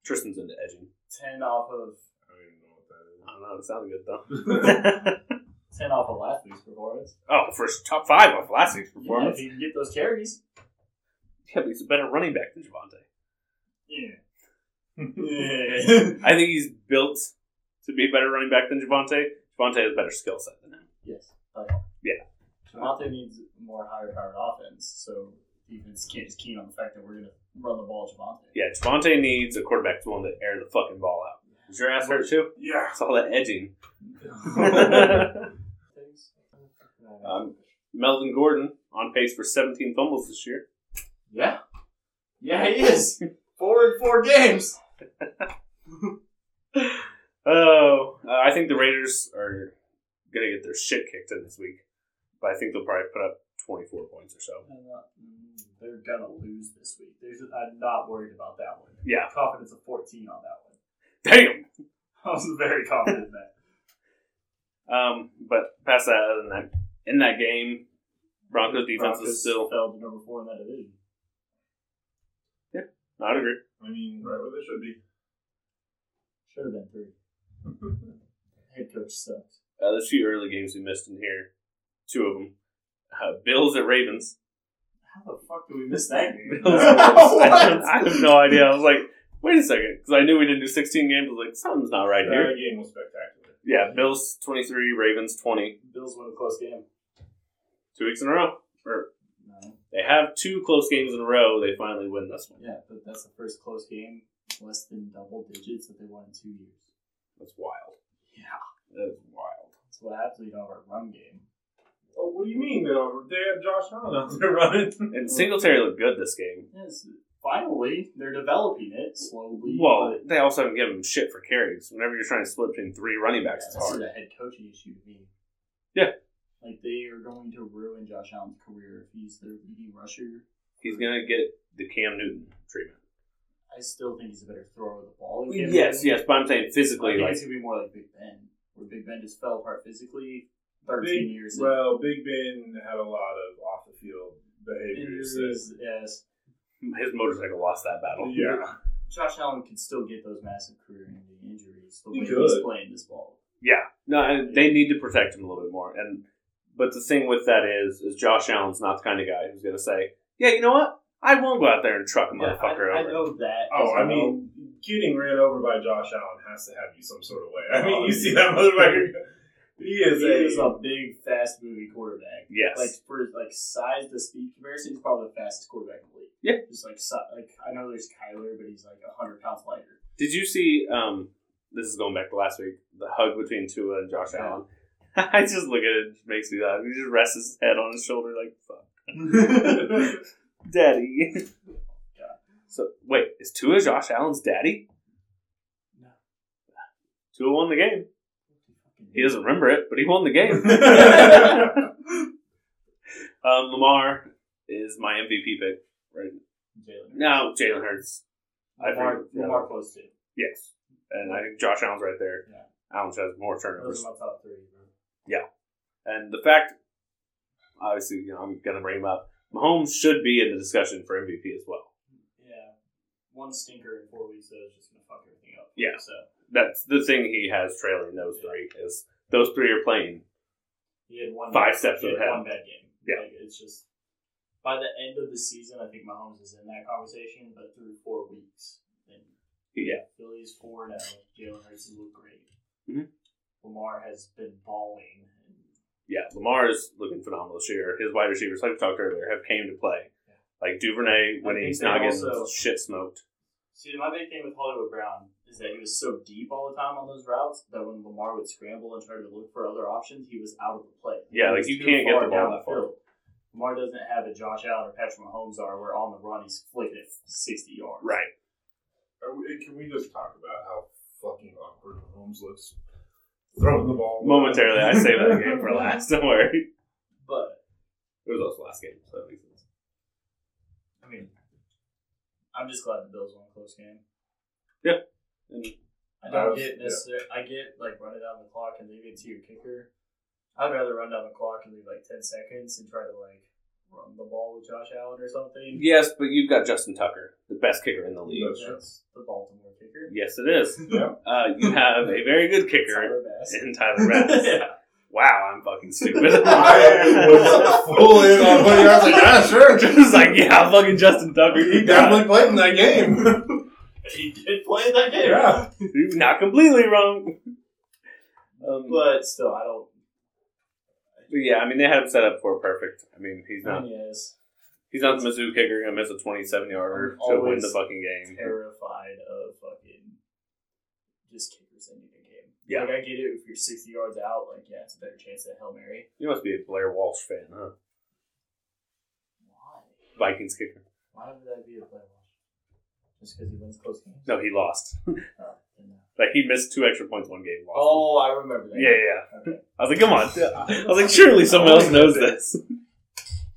Tristan's into edging. 10 off of I don't even know what that is. I don't know. It sounded good though. 10 off of last week's performance. oh, for top five off last week's Yeah, if performance. he can get those carries. Yeah, but he's a better running back than Javante. Yeah. yeah. I think he's built to be a better running back than Javante. Javante has a better skill set than him. yes. Like, Yeah. Devontae needs more higher powered offense, so defense can't just keen on the fact that we're going to run the ball Javante. Yeah, Javante needs a quarterback that's willing to air the fucking ball out. Is your ass hurt too? Yeah. It's all that edging. Things. Um, Melvin Gordon on pace for 17 fumbles this year. yeah. Yeah, he is. four in four games. Oh, uh, I think the Raiders are gonna get their shit kicked in this week, but I think they'll probably put up 24 points or so. I'm not, mm, they're gonna lose this week. There's, I'm not worried about that one. Yeah. confidence of 14 on that one. Damn. I was very confident in that. Um, but past that, other than that, in that game, Broncos defense was still. fell to number four in that division. I'd agree. I mean, right where they should be. Should have been three. Head coach sucks. Uh, there's a few early games we missed in here. Two of them. Uh, Bills at Ravens. How the fuck do we miss that game? Bills at Ravens. I, have, I have no idea. I was like, wait a second, because I knew we didn't do 16 games. I was like, something's not right here. That game was spectacular. Yeah, Bills 23, Ravens 20. Bills win a close game. Two weeks in a row. Or No. They have two close games in a row. They finally win this one. Yeah, but that's the first close game less than double digits that they won in two years. That's wild. Yeah. That's wild. That's what happens when you don't have a run game. Oh, what do you mean? They don't- they had Josh Allen out there running. And Singletary looked good this game. Yes, finally, they're developing it slowly. Well, but- they also haven't given him shit for carries. Whenever you're trying to split between three running backs, it's Yeah, This hard. is a head coaching issue to me. Yeah. Like they are going to ruin Josh Allen's career if he's their leading rusher. He's gonna get the Cam Newton treatment. I still think he's a better thrower of the ball. than Cam Yes, Newton. yes, but I'm saying I physically, think like it's gonna be more like Big Ben, where Big Ben just fell apart physically. Thirteen Big, years. in. well, Big Ben had a lot of off the field behaviors. that- Injuries, yes. his motorcycle lost that battle. Yeah, Josh Allen can still get those massive career-ending injuries the He way could. he's playing this ball. yeah. No, and they need to protect him a little bit more. And but the thing with that is, is Josh Allen's not the kind of guy who's gonna say, "Yeah, you know what? I won't go out there and truck a Yeah, motherfucker I, I over." know that. Oh, as I well. mean, getting ran over by Josh Allen has to have you some sort of way. I mean, Oh, you yeah. see that motherfucker. He is he a. is a big, fast-moving quarterback. Yes. like for like size to speed comparison, he's probably the fastest quarterback in the league. Yeah. just like si- like I know there's Kyler, but he's like hundred pounds lighter. Did you see um, this is going back to last week. The hug between Tua and Josh Allen. I just look at it, it just makes me laugh. He just rests his head on his shoulder like fuck, daddy. so wait, is Tua Josh Allen's daddy? No. Tua won the game. He doesn't remember it, but he won the game. um, Lamar is my MVP pick. Right Jalen. now, Jalen Hurts. I Lamar, think- Lamar close to. Yes. And I think Josh Allen's right there. Yeah. Allen has more Those turnovers. are my top three. Bro. And the fact, obviously, you know, I'm going to bring him up. Mahomes should be in the discussion for MVP as well. Yeah, one stinker in four weeks though is just gonna fuck everything up. Yeah. So That's the thing he has trailing those three is those three are playing. he had one Five bad- steps he had ahead. One bad game. Yeah. Like, it's just by the end of the season, I think Mahomes is in that conversation, but through four weeks, then Yeah. Philly's four now. Jalen Hurts has looked great. Mhm. Lamar has been balling. And Yeah, Lamar is looking phenomenal this year. His wide receivers, like we talked earlier, have came to play. Like Duvernay, when I think he's they not getting also- shit smoked. See, my big thing with Hollywood Brown is that he was so deep all the time on those routes that when Lamar would scramble and try to look for other options, he was out of the play. Yeah, He like, was you too can't get far the ball down that far. field. Lamar doesn't have a Josh Allen or Patrick Mahomes are where on the run he's flicking it 60 yards. Right. Are we- Can we just talk about how fucking awkward Holmes looks throwing the ball? Momentarily, I saved that game for last. Don't worry. But, It was also last game, so that makes sense. I mean, I'm just glad the Bills won a close game. And I That don't was- get yeah. necessarily, I get like running down the clock and leaving it to your kicker. I'd rather run down the clock and leave like 10 seconds and try to like run the ball with Josh Allen or something. Yes, but you've got Justin Tucker, the best kicker in the league. That's true. That's the Baltimore kicker. Yes, it is. Yeah. Uh, you have a very good kicker Tyler Bass. in Tyler Bass. yeah. wow, I'm fucking stupid. I was full in on what you I was like, yeah, sure. Just like, yeah, fucking Justin Tucker. He You got definitely played in that game. He did play that game. yeah. it. You're not completely wrong. Um, but, But still, I don't. yeah, I mean, they had him set up for perfect. I mean, he's I not mean, yes, he's not the Mizzou kicker gonna miss a 27 yarder I'm to win the always fucking game. terrified of fucking just kickers ending a game. Yeah. Like, I get it if you're 60 yards out, like, yeah, it's a better chance at Hail Mary. You must be a Blair Walsh fan, huh? Why? Vikings kicker. Why would that be a play watch? Just because he wins close games? No, he lost. Oh, no. Like he missed two extra points one game. Lost. Oh, I remember that. yeah, yeah. yeah. Okay. I was like, come on. I was like, surely someone else knows this.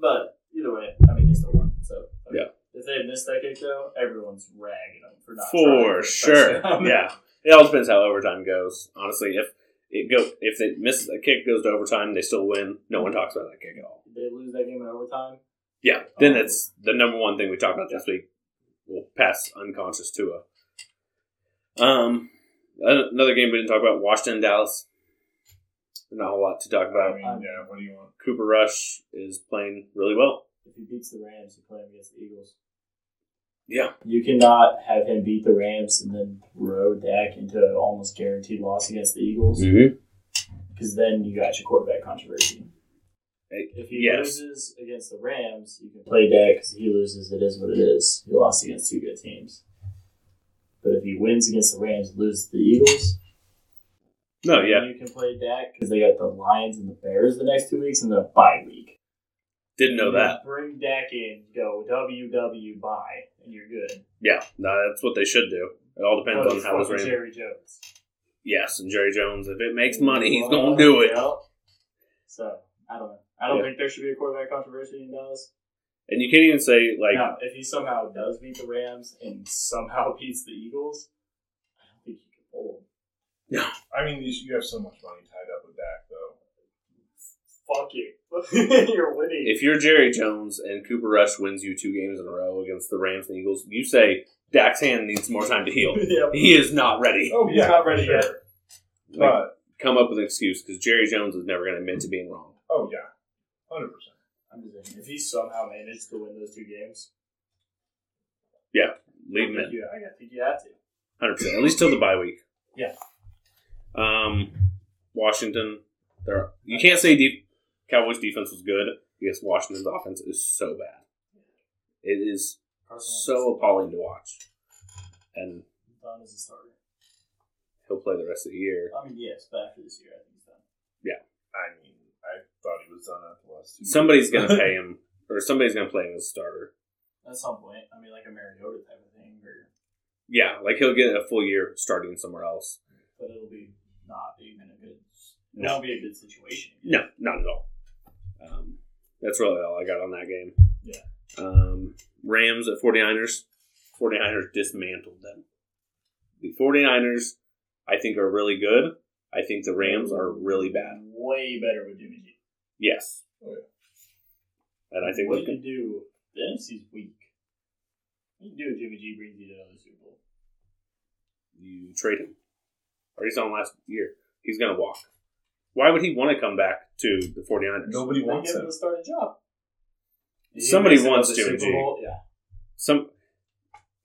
But either way, I mean, they still won. So Yeah. if they missed that kick though, everyone's ragging them for not trying For a sure. touchdown. Yeah. It all depends how overtime goes. Honestly, if it go if it misses a kick goes to overtime, they still win. No one talks about that kick at all. Did they lose that game in overtime? Yeah. Then Oh. that's the number one thing we talk about this week. We'll pass unconscious Tua. Um an- another game we didn't talk about, Washington Dallas. Not a whole lot to talk I about. mean, yeah, what do you want? Cooper Rush is playing really well. If he beats the Rams, you play him against the Eagles. Yeah. You cannot have him beat the Rams and then row Dak into an almost guaranteed loss against the Eagles Mm-hmm. because then you got your quarterback controversy. Hey, If he yes. loses against the Rams, you can play Dak because he loses. It is what it is. He lost against two good teams. But if he wins against the Rams, loses to the Eagles, No, Oh, yeah. you can play Dak because they got the Lions and the Bears the next two weeks and the bye week. Didn't know You that. Bring Dak in, go WW bye, and you're good. Yeah, no, that's what they should do. It all depends Oh, on how this fucking ran. Jerry Jones Yes, and Jerry Jones, if it makes money, he's gonna do it. Yep. So I don't know. I don't Yeah. think there should be a quarterback controversy in Dallas. And you can't even say like, now, if he somehow does beat the Rams and somehow beats the Eagles, I don't think you can pull him. I mean, you, you have so much money tied up with Dak, though. Fuck you. you're winning. if you're Jerry Jones and Cooper Rush wins you two games in a row against the Rams and Eagles, you say Dax hand needs more time to heal. Yep. He is not ready. Oh, He's not ready sure. yet. Like, But, come up with an excuse because Jerry Jones is never going to admit to being wrong. oh, yeah. 100%. I'm just saying, if he somehow managed to win those two games, Leave him in Yeah, I think you have to. hundred percent, at least till the bye week. Yeah. Um, Washington, there you can't say deep. Cowboys defense was good. Yes, Washington's offense is so bad. It is so appalling to watch. And Don is a starter. he'll play the rest of the year. I mean, yes, but after this year, I think he's done. I mean, I thought he was done after the last two. years. Somebody's gonna pay him, or somebody's gonna play him as a starter. At some point, I mean, like a Mariota type of thing, or Yeah, like he'll get a full year starting somewhere else. but it'll be not even a good. It No. won't be a good situation. No, not at all. Um, that's really all I got on that game. Yeah. Um, Rams at 49ers. 49ers dismantled them. The 49ers, I think, are really good. I think the Rams are really bad. Way better with Jimmy G. Yes. Oh, And I think what they're do good. you do? The NFC's weak. What do you do if Jimmy G brings you to another Super Bowl? you trade him. Or he's on last year. He's going to walk. Why would he want to come back to the 49ers? Nobody They wants give him him. a starting job. He Somebody makes wants another Jimmy Super G. Bowl, Yeah. Some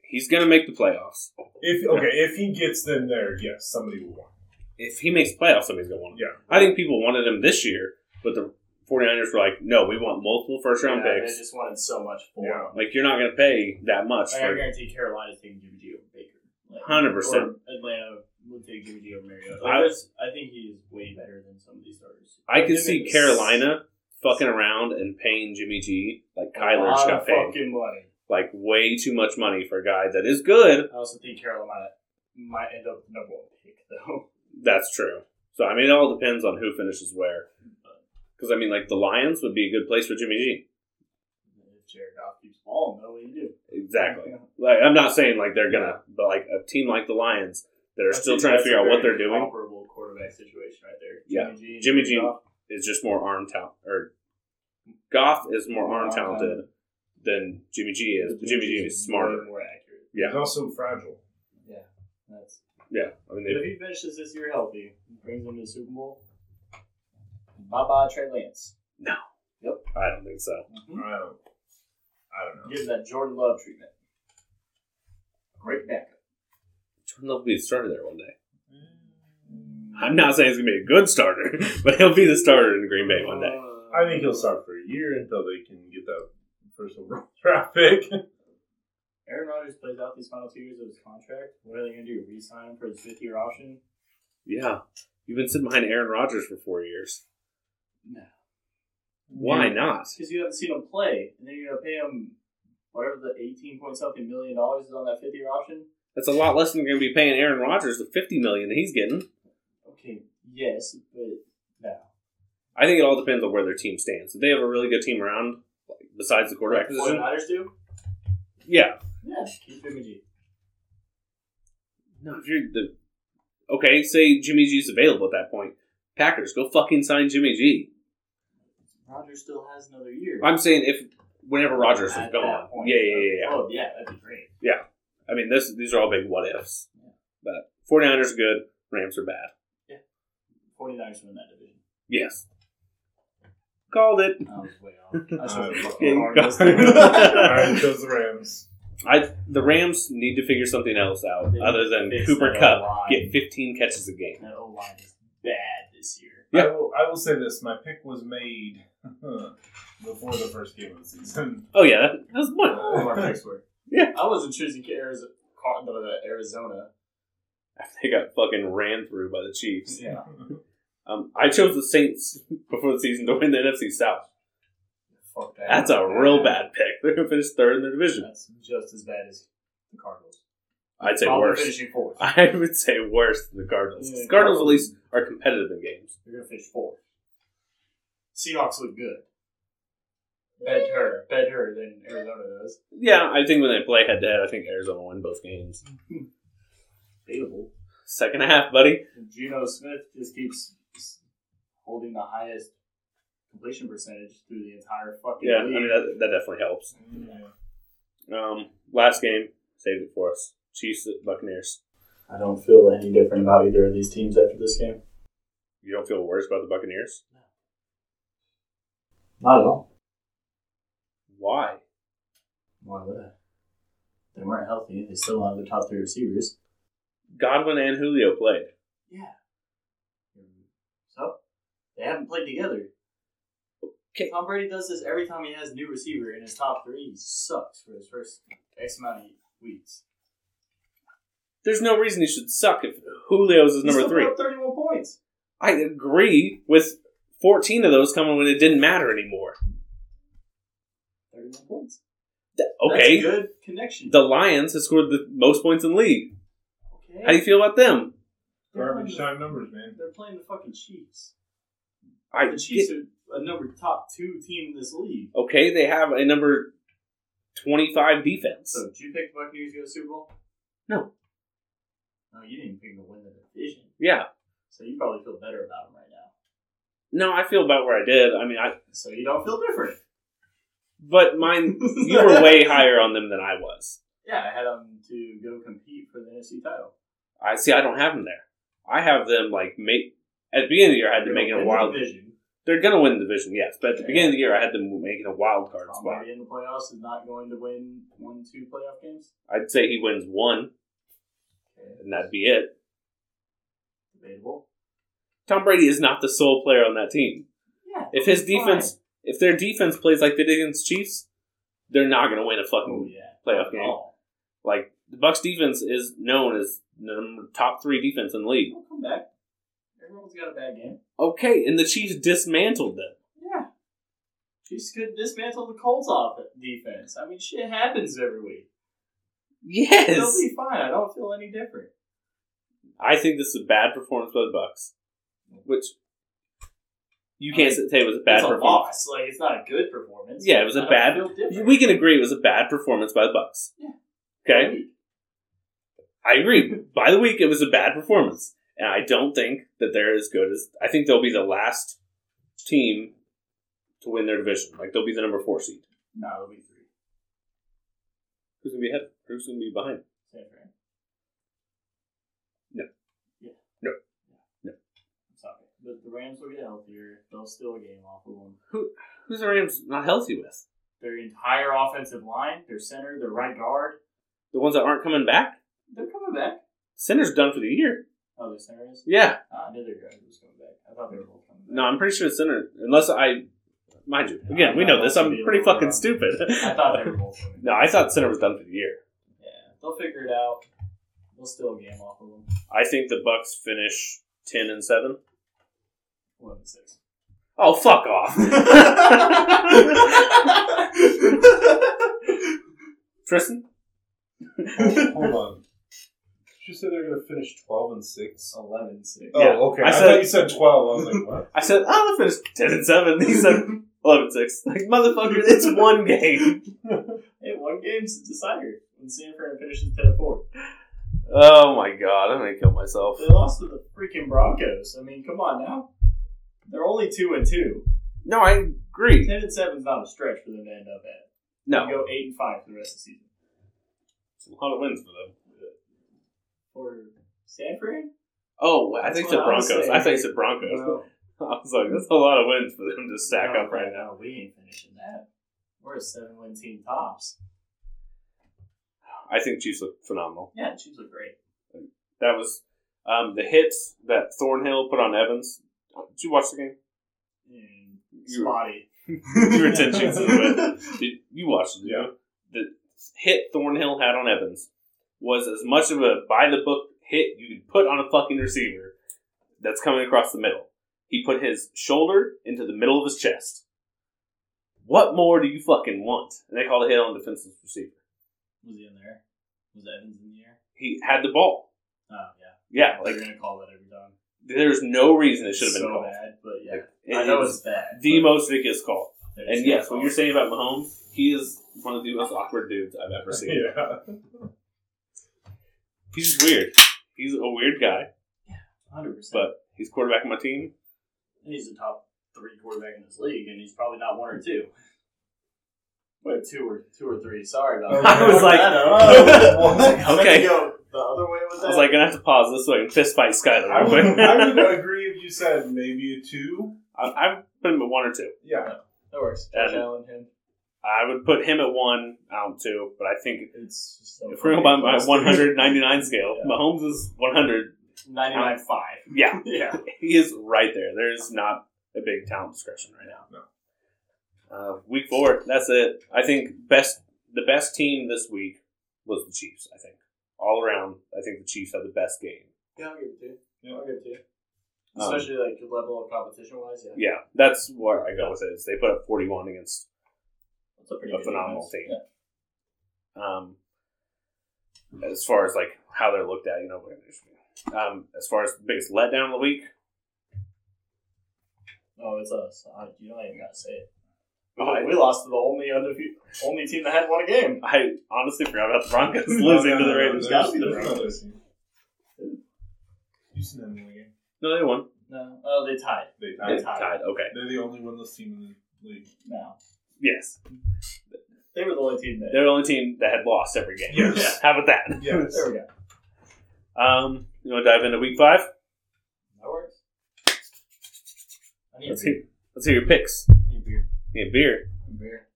He's going to make the playoffs. If okay, if he gets them there, yes, somebody will want. him. If he makes playoffs, somebody's going to want him. Yeah, I think people wanted him this year, but the 49ers were like, no, we want multiple first round Yeah, picks. They just wanted so much for Yeah. him. Like, you're not going to pay that much I for guarantee Carolina's taking Jimmy G over Baker. Like, 100%. or Atlanta would take Jimmy G over Mariota. I- Like, there's- I, think he is way better than some of these starters. I Him could see and- Carolina fucking around and paying Jimmy G like A Kyler lot just of got paid. fucking money. Like, way too much money for a guy that is good. I also think Carolina might end up with the number one pick though. That's true. So, I mean, it all depends on who finishes where. Because, I mean, like, the Lions would be a good place for Jimmy G. if Jared Goff keeps balling, though, what do you do? Exactly. Like, I'm not saying, like, they're going to, but, like, a team like the Lions that are still trying to figure out what they're doing Comparable quarterback situation right there. Yeah. Jimmy G. Jimmy G. is just more arm talent, or Goff is more arm talented than Jimmy G is. But Jimmy G is smarter. More accurate. Yeah. He's also fragile. Yeah. That's. Yeah, I mean, If they- he finishes this year healthy, and brings them to the Super Bowl. Bye bye, Trey Lance. I don't think so. Mm-hmm. I don't. I don't know. Give him that Jordan Love treatment. Great backup. Jordan Love will be the starter there one day. I'm not saying he's gonna be a good starter, but he'll be the starter in Green Bay one day. Uh, I think he'll start for a year until they can get that first overall draft pick. Aaron Rodgers plays out these final two years of his contract. What are they going to do? Resign him for his fifth year option? Yeah, you've been sitting behind Aaron Rodgers for four years. No. Why not? Because you haven't seen him play, and then you're going to pay him whatever the 18 point something million dollars is on that fifth year option? That's a lot less than you're gonna be paying Aaron Rodgers the fifty million that he's getting. Okay, yes, but no. I think it all depends on where their team stands. If they have a really good team around, like, besides the quarterback What the position, 49ers do? yeah, Yeah, keep Jimmy G. No, if you're the okay, say Jimmy G's available at that point. Packers, go fucking sign Jimmy G. Rodgers still has another year. I'm saying if whenever Rogers is At gone, that point. yeah, yeah, yeah, yeah. Oh, yeah, that'd be great. I mean, this these are all big what ifs. But 49ers are good. Rams are bad. 49ers win that division. Yes, called it. I was way off. Uh, I should have Okay, fucking hard got this it. I time. chose the Rams. I the Rams need to figure something else out They other than fix Cooper that Cup O-line. get 15 catches a game. That O line is bad this year. Yeah. I, will, I will say this: my pick was made before the first game of the season. Oh yeah, that, that's one All of our picks were. Yeah. I wasn't choosing Arizona. Arizona. they got fucking ran through by the Chiefs. Yeah. Um, I chose the Saints before the season to win the NFC South. Fuck that. That's a real bad pick. They're gonna finish third in their division. That's just as bad as the Cardinals. I'd say Probably worse. finishing fourth. I would say worse than the Cardinals. 'Cause Yeah. The Cardinals at least are competitive in games. You're gonna finish fourth. Seahawks look good. Better, better than Arizona does. Yeah, I think when they play head to head, I think Arizona won both games. Available. Second half, buddy. Geno Smith just keeps holding the highest completion percentage through the entire fucking Yeah, I league. mean that, that definitely helps. Um, last game saved it for us. Chiefs at Buccaneers. I don't feel any different about either of these teams after this game. You don't feel worse about the Buccaneers? Not at all. Why? Why would I? They weren't healthy. They still have their top three receivers. Godwin and Julio played. Yeah. So they haven't played together. Okay. Tom Brady does this every time he has a new receiver in his top three. He sucks for his first X amount of weeks. There's no reason he should suck if Julio's is He number still put three. up 31 points. I agree with 14 of those coming when it didn't matter anymore. 31 points. Th- That's a Okay, good connection. the Lions have scored the most points in the league. okay. How do you feel about them? They're Garbage playing time numbers, man. the- They're playing the fucking Chiefs. I the Chiefs get- are a number top two team in this league. okay, they have a number 25 defense. So, did you pick the Buccaneers to go to the Super Bowl? No. No, you didn't pick them to win the division. Yeah. So, you probably feel better about them right now. No, I feel about where I did. I mean, I So, you don't feel different. but mine you were way higher on them than I was. Yeah, I had them to go compete for the NFC title. I see I don't have them there. I have them like make at the beginning of the year I had them making a Win the wild division. They're going to win the division, yes. But at the Yeah. beginning of the year, I had them making a wild card Tom spot. Brady in the playoffs is not going to win one, two playoff games. I'd say he wins one, Okay. and that'd be it. Debatable. Tom Brady is not the sole player on that team. Yeah. If his Fine. defense, if their defense plays like they did against Chiefs, they're not going to win a Oh, fucking yeah. playoff game. Oh, Like the Bucks defense is known as the number- top three defense in the league. They'll come back. Everyone's got a bad game. Okay, and the Chiefs dismantled them. Yeah. Chiefs could dismantle the Colts off defense. I mean, shit happens every week. Yes, They'll be fine. I don't feel any different. I think this is a bad performance by the Bucks, which you can't I mean, say it was a bad it's a performance. loss. Like it's not a good performance. Yeah, it was a I don't bad. feel different. We can agree it was a bad performance by the Bucks. Yeah. Okay, I agree. by the week, it was a bad performance, and I don't think that they're as good as. I think they'll be the last team to win their division. Like they'll be the number four seed. No, it'll be three. Who's gonna be ahead? Who's gonna be behind? San Fran. No. Yeah. No. No. No. I'm sorry, but the Rams will get healthier. They'll steal a game off of them. Who's the Rams not healthy with? Their entire offensive line, their center, their right guard, The ones that aren't coming back. they're coming back. Center's done for the year. Oh, their center is. Yeah. Ah, I knew their guard was coming back. I thought they were both coming back. No, I'm pretty sure Center. Unless I, mind you, again, we know this. I'm pretty fucking stupid. I thought they were both coming. No, back. I thought Center was done for the year. Yeah, they'll figure it out. They'll steal a game off of them. I think the Bucks finish ten and seven. Eleven six. Oh fuck off! Tristan, Hold on. Did you say they're going to finish 12 and 6? Eleven six. Yeah. Oh, okay. I I, said- thought you said 12. I was like, what? I said I'll finish ten and seven. He said eleven six. Like motherfucker, it's one game. Hey, one game's the decider. When San Fran finishes 10 4. Oh my god, I'm gonna kill myself. They lost to the freaking Broncos. I mean, come on now. They're only 2 and 2. No, I agree. 10 and 7 is not a stretch for them to end up at. No, They go 8 and 5 for the rest of the season. it's a lot of wins for them. For San Fran? Oh, I think the That's what I was Broncos. saying. I think it's the Broncos. Well, I was like, that's a lot of wins for them to stack no, up right now. We ain't finishing that. We're a 7 win team tops. I think Chiefs look phenomenal. Yeah, Chiefs look great. That was um, the hits that Thornhill put on Evans. Did you watch the game? And You were- spotty. You were ten sheets away. Did you watch it? Yeah. The hit Thornhill had on Evans was as much of a by the book hit you could put on a fucking receiver that's coming across the middle. He put his shoulder into the middle of his chest. What more do you fucking want? And they called a hit on a defenseless receiver. Was he in there? Was Evans in the air? He had the ball. Oh, yeah. Yeah, They're like going to call that every time. there's no reason it should have been so called. bad, but yeah. It I know is it's bad. the but most ridiculous call. they're just And yes, gonna what you're call saying about Mahomes, he is one of the most awkward dudes I've ever seen. yeah. He's just weird. He's a weird guy, it 100%. but he's quarterback of my team. he's the top three quarterback in this league, and he's probably not one or two. Wait, two or two or three. Sorry about that. I was like- I was like, I'm Okay. gonna go the other way with I that. was like, gonna have to pause this so I can fist fight Skyler. I real would, quick. I would agree if you said maybe a 2. I, I would put him at one or two. Yeah. that works. Yeah. Josh Allen, him. I would put him at one, Allen two, but I think It's just so if we're going by my 199 scale, Yeah. Mahomes is 100. ninety nine five. Yeah, Yeah. he is right there. There is not a big talent discretion right now. No. Uh, week four, that's it. I think best the best team this week was the Chiefs. I think all around, I think the Chiefs had the best game. Yeah, I'll give it to you. Yeah. I'll give it to you. Um, Especially like the level of competition wise, yeah. Yeah, that's what I go with it. Is they put up 41 against That's a pretty a good phenomenal defense. team. Um, as far as like how they're looked at, you know, whatever. Um, as far as the biggest letdown of the week, Yeah. Oh, it's us. I, you don't even gotta say it. We, I, Oh, we lost to the only undefeated, only team that had won a game. I honestly forgot about the Broncos No, no, losing to no, the no, Raiders. there's- Got to the there's Broncos. another team. Houston didn't win the game. No, they won. No, oh, they tied. They They tied. tied. tied. Okay. They're the only winless team in the league. No, Yes, they were the only team that. they're the only team that had lost every game. Yes. Yeah. How about that? Yes. There we go. Um, you want to dive into week five? That works. I need a Let's beer. hear, let's hear your picks. I need a beer. Yeah, beer. beer.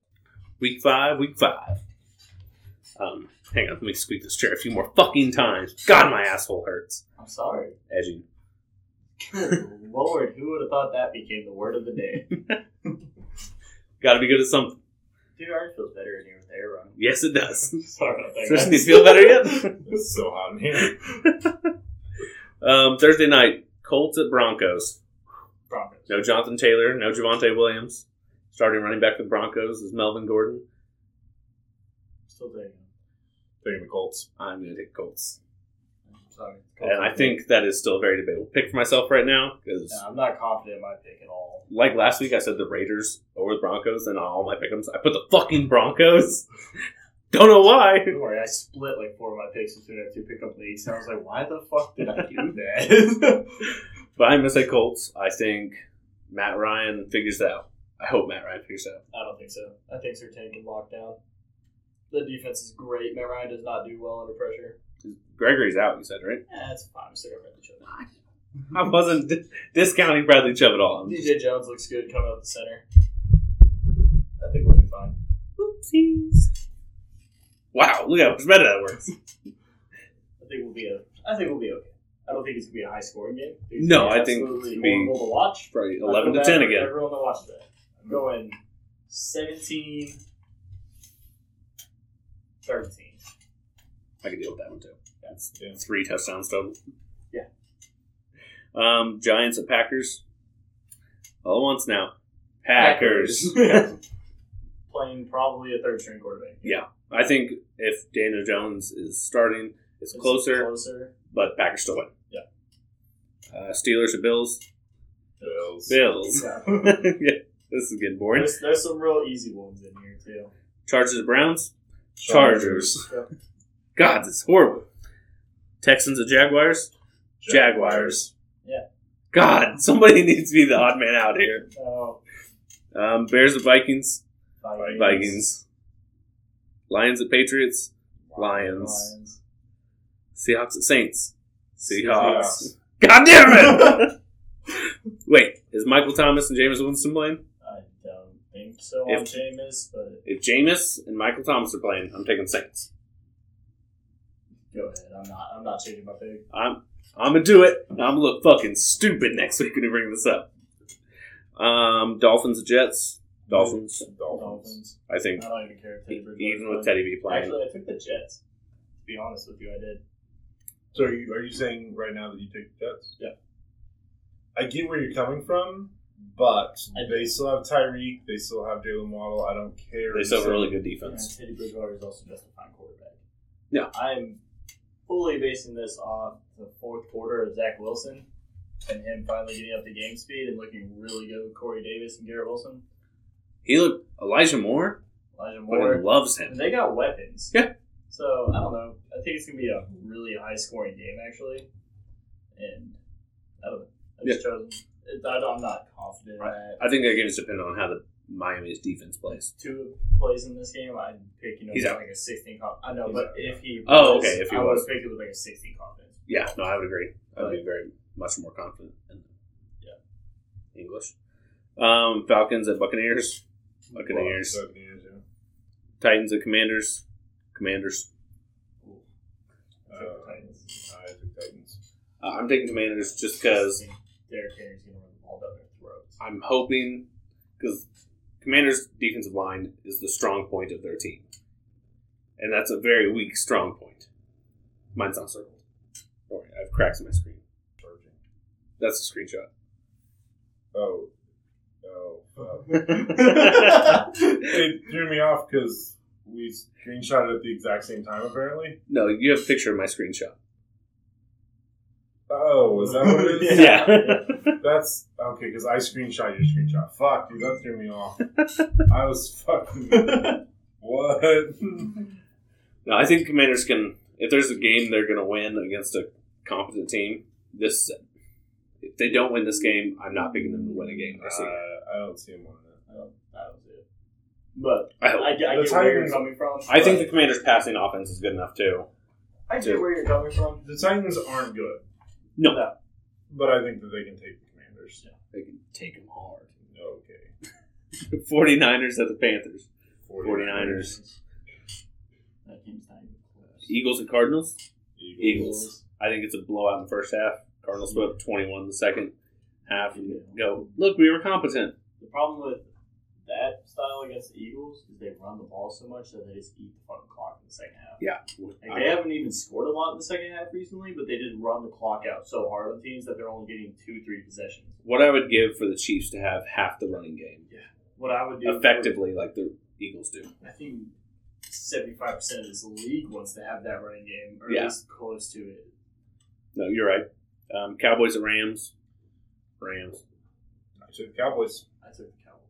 Week five, week five. Um, hang on, let me squeak this chair a few more fucking times. God, my asshole hurts. I'm sorry. Edging. Good Lord, who would have thought that became the word of the day? Gotta be good at something. Dude, ours feels better in here with air running. Yes, it does. Sorry about that. Doesn't guys. it feel better yet? It's so hot in here. Um, Thursday night, Colts at Broncos. Broncos. No Jonathan Taylor, no Javante Williams. Starting running back for the Broncos is Melvin Gordon. Still taking them. Taking the Colts. I'm gonna take Colts. I'm sorry. And I think that is still a very debatable pick for myself right now, because No, I'm not confident in my pick at all. like last week I said the Raiders over the Broncos and on all my pickums. I put the fucking Broncos. Don't know why. Don't worry, I split like four of my picks between our two pickup leagues, and I was like, why the fuck did I do that? But I'm gonna say Colts. I think Matt Ryan figures it out. I hope Matt Ryan figures it out. I don't think so. I think Sertan can lock down. The defense is great. Matt Ryan does not do well under pressure. Gregory's out, you said, right? Eh, it's fine. I'm still going to each other. I wasn't d- discounting Bradley Chubb at all. I'm just- DJ Jones looks good coming up the center. I think we'll be fine. Oopsies. Wow, look how much better that works. I think we'll be a, I think we'll be okay. I don't think it's gonna be a high scoring game. it's No, gonna be I think absolutely it's gonna be- horrible to watch. Probably I eleven feel to bad ten for again. Everyone that watched that. I'm going 17, 13. I can deal with that one too. That's Yeah. three touchdowns total. Yeah. Um, Giants at Packers. All at once now. Packers. Playing probably a third string quarterback. I think if Daniel Jones is starting, it's This is closer, Closer. but Packers still win. Yeah. Uh, Steelers or Bills? Bills. Bills. Yeah. yeah, this is getting boring. There's, there's some real easy ones in here too. Chargers or Browns? Chargers. Chargers. God, this is horrible. Texans and Jaguars? Jaguars. Yeah. God, somebody needs to be the odd man out here. Oh, Um, Bears and Vikings? Vikings. Vikings. Lions at Patriots? Lions. Lions. Seahawks at Saints? Seahawks. God damn it! Wait, is Michael Thomas and Jameis Winston playing? I don't think so on If- Jameis, but If Jameis and Michael Thomas are playing, I'm taking Saints. go ahead. I'm not. I'm not changing my pick. I'm I'm gonna do it. and I'm gonna look fucking stupid next week when you bring this up. Um, Dolphins at Jets. Dolphins. Dolphins. Dolphins. I I think don't even care if Teddy Bridgewater. even with Teddy B playing, Actually, I took the Jets. To be honest with you, I did. So are you, are you saying right now that you take the Jets? Yeah. I get where you're coming from, but I do. they still have Tyreek. They still have Jalen Waddle. I don't care. they still have a really good And defense. Teddy Bridgewater is also just a fine quarterback. Yeah. I'm fully basing this off the fourth quarter of Zach Wilson and him finally getting up to game speed and looking really good with Corey Davis and Garrett Wilson. He looked Elijah Moore. Elijah Moore. Fucking loves And him. They got weapons. Yeah. So I don't know. I think it's gonna be a really high scoring game actually, and I don't know. I just chose. it- I don't, I'm not confident Right. that I think that game is dependent on how the Miami's defense plays. two plays in this game. I'd pick you know He's out. like a 16. Conf- I know, He's but out. if he Oh, was, okay, if he I would was. have picked it with like a 16 confidence. Yeah, no, I would agree. I'd be very much more confident in Yeah. English. Um, Falcons at Buccaneers. Buccaneers. Buccaneers. Buccaneers, yeah. Titans at Commanders. Commanders. I took the Uh, Titans. I took Titans. Uh, I'm taking Commanders just because I think Derrick Henry's gonna run the ball down their throats. I'm hoping because Commanders' defensive line is the strong point of their team, and that's a very weak strong point. Mine's not circled. Don't worry, I have cracks in my screen. Charging. That's a screenshot. Oh. Oh. fuck. It threw me off because we screenshot it at the exact same time, apparently. No, you have a picture of my screenshot. Oh, is that what it is? Yeah. That's okay because I screenshot your screenshot. Fuck, dude, that threw me off. I was fucking. What? no, I think Commanders can. If there's a game they're going to win against a competent team, this is it. If they don't win this game, I'm not picking them to win a game. this Uh, year. I don't see him on that. don't, I don't see it. But Uh, I hope. I, I get The where you're Titans- coming from. I think the Commanders' passing offense is good enough too. I get where you're coming from. The Titans aren't good, No, but I think that they can take the Commanders. they can take them hard. Okay. 49ers at the Panthers. 49ers. 49ers. That team's not even close. Eagles and Cardinals. Eagles. E- Eagles. I think it's a blowout in the first half. Cardinals put up 21 in the second half and go, look, we were competent. The problem with that style against the Eagles is they run the ball so much that they just eat the fucking clock in the second half. Yeah. Like, they haven't even scored a lot in the second half recently, but they just run the clock out so hard on teams that they're only getting two, three possessions. What I would give for the Chiefs to have half the running game What I would do effectively like the Eagles do. I think seventy-five percent of this league wants to have that running game, or Yeah. at least close to it. No, you're right. Um, Cowboys and Rams. Rams. I took the Cowboys. I took the Cowboys.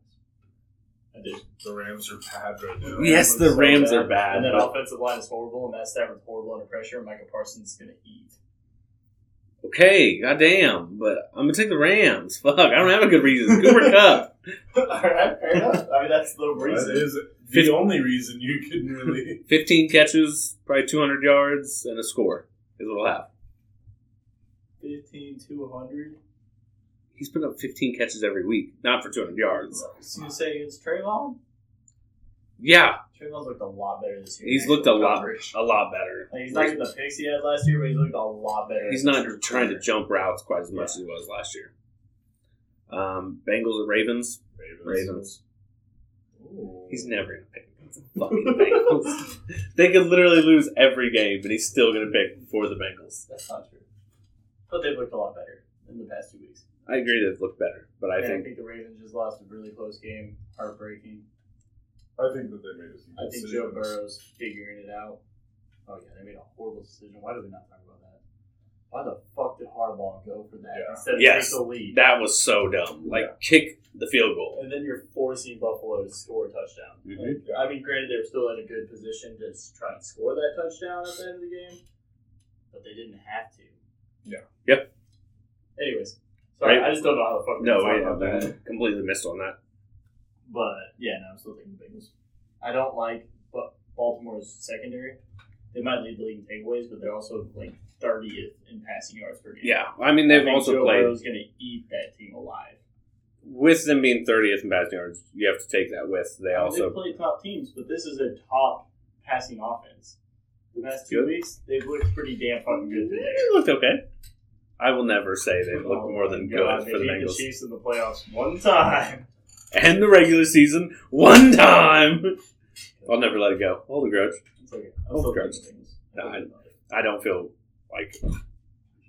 I did. The Rams are bad right now. Yes, the Rams are bad. And that but- offensive line is horrible, and Matt Stafford's horrible under pressure, and Micah Parsons is going to eat. Okay, goddamn. But I'm going to take the Rams. Fuck, I don't have a good reason. Cooper Cup. All right, fair enough. I mean, that's the That reason. is Fif- the only reason you can really. 15 catches, probably 200 yards, and a score is what I'll have. 15, 200. He's putting up 15 catches every week, not for 200 yards. So you say it's Trayvon? Yeah, Trayvon's looked a lot better this year. He's Actual looked a lot, coverage. a lot better. Like, he's not getting the picks he had last year, but he's looked a lot better. He's as a not true trying to player. jump routes quite as much as he was last year. Um, Bengals and Ravens. Ravens. He's never gonna pick against the fucking Bengals. they could literally lose every game, but he's still gonna pick for the Bengals. That's not true. But they've looked a lot better in the past two weeks. I agree they've looked better, but I And think I think the Ravens just lost a really close game. Heartbreaking. I think that they made a few I think Joe decisions. Burrow's figuring it out. Oh yeah, they made a horrible decision. Why did we not talk about that? Why the fuck did Harbaugh go for that Yeah. instead of Yes. take the lead? that was so dumb. Like kick the field goal. and then you're forcing Buffalo to score a touchdown. Mhm. Like, I mean, granted, they were still in a good position to s- try and score that touchdown at the end of the game, but they didn't have to. Yeah. Yep. Anyways, sorry, Right. I just don't know how the fuck we No, talk I, about that. I completely missed on that. But yeah, no, I'm still taking the Bengals. I don't like Ba- Baltimore's secondary. They might lead the league in takeaways, but they're also like 30th in passing yards per game. Yeah, I mean I they've think also Joe played Burrow's going to eat that team alive. with them being thirtieth in passing yards. You have to take that with they I mean, also they play top teams, but this is a top passing offense. The past two Good. weeks, they've looked pretty damn fucking good today. They looked okay. I will never say they looked Oh more my than God, good for the They beat the Bengals. Chiefs in the playoffs one time. and the regular season one time. I'll never let it go. Hold a grudge. It's okay. Oh, I'm still God. taking the Bengals. No, I don't feel like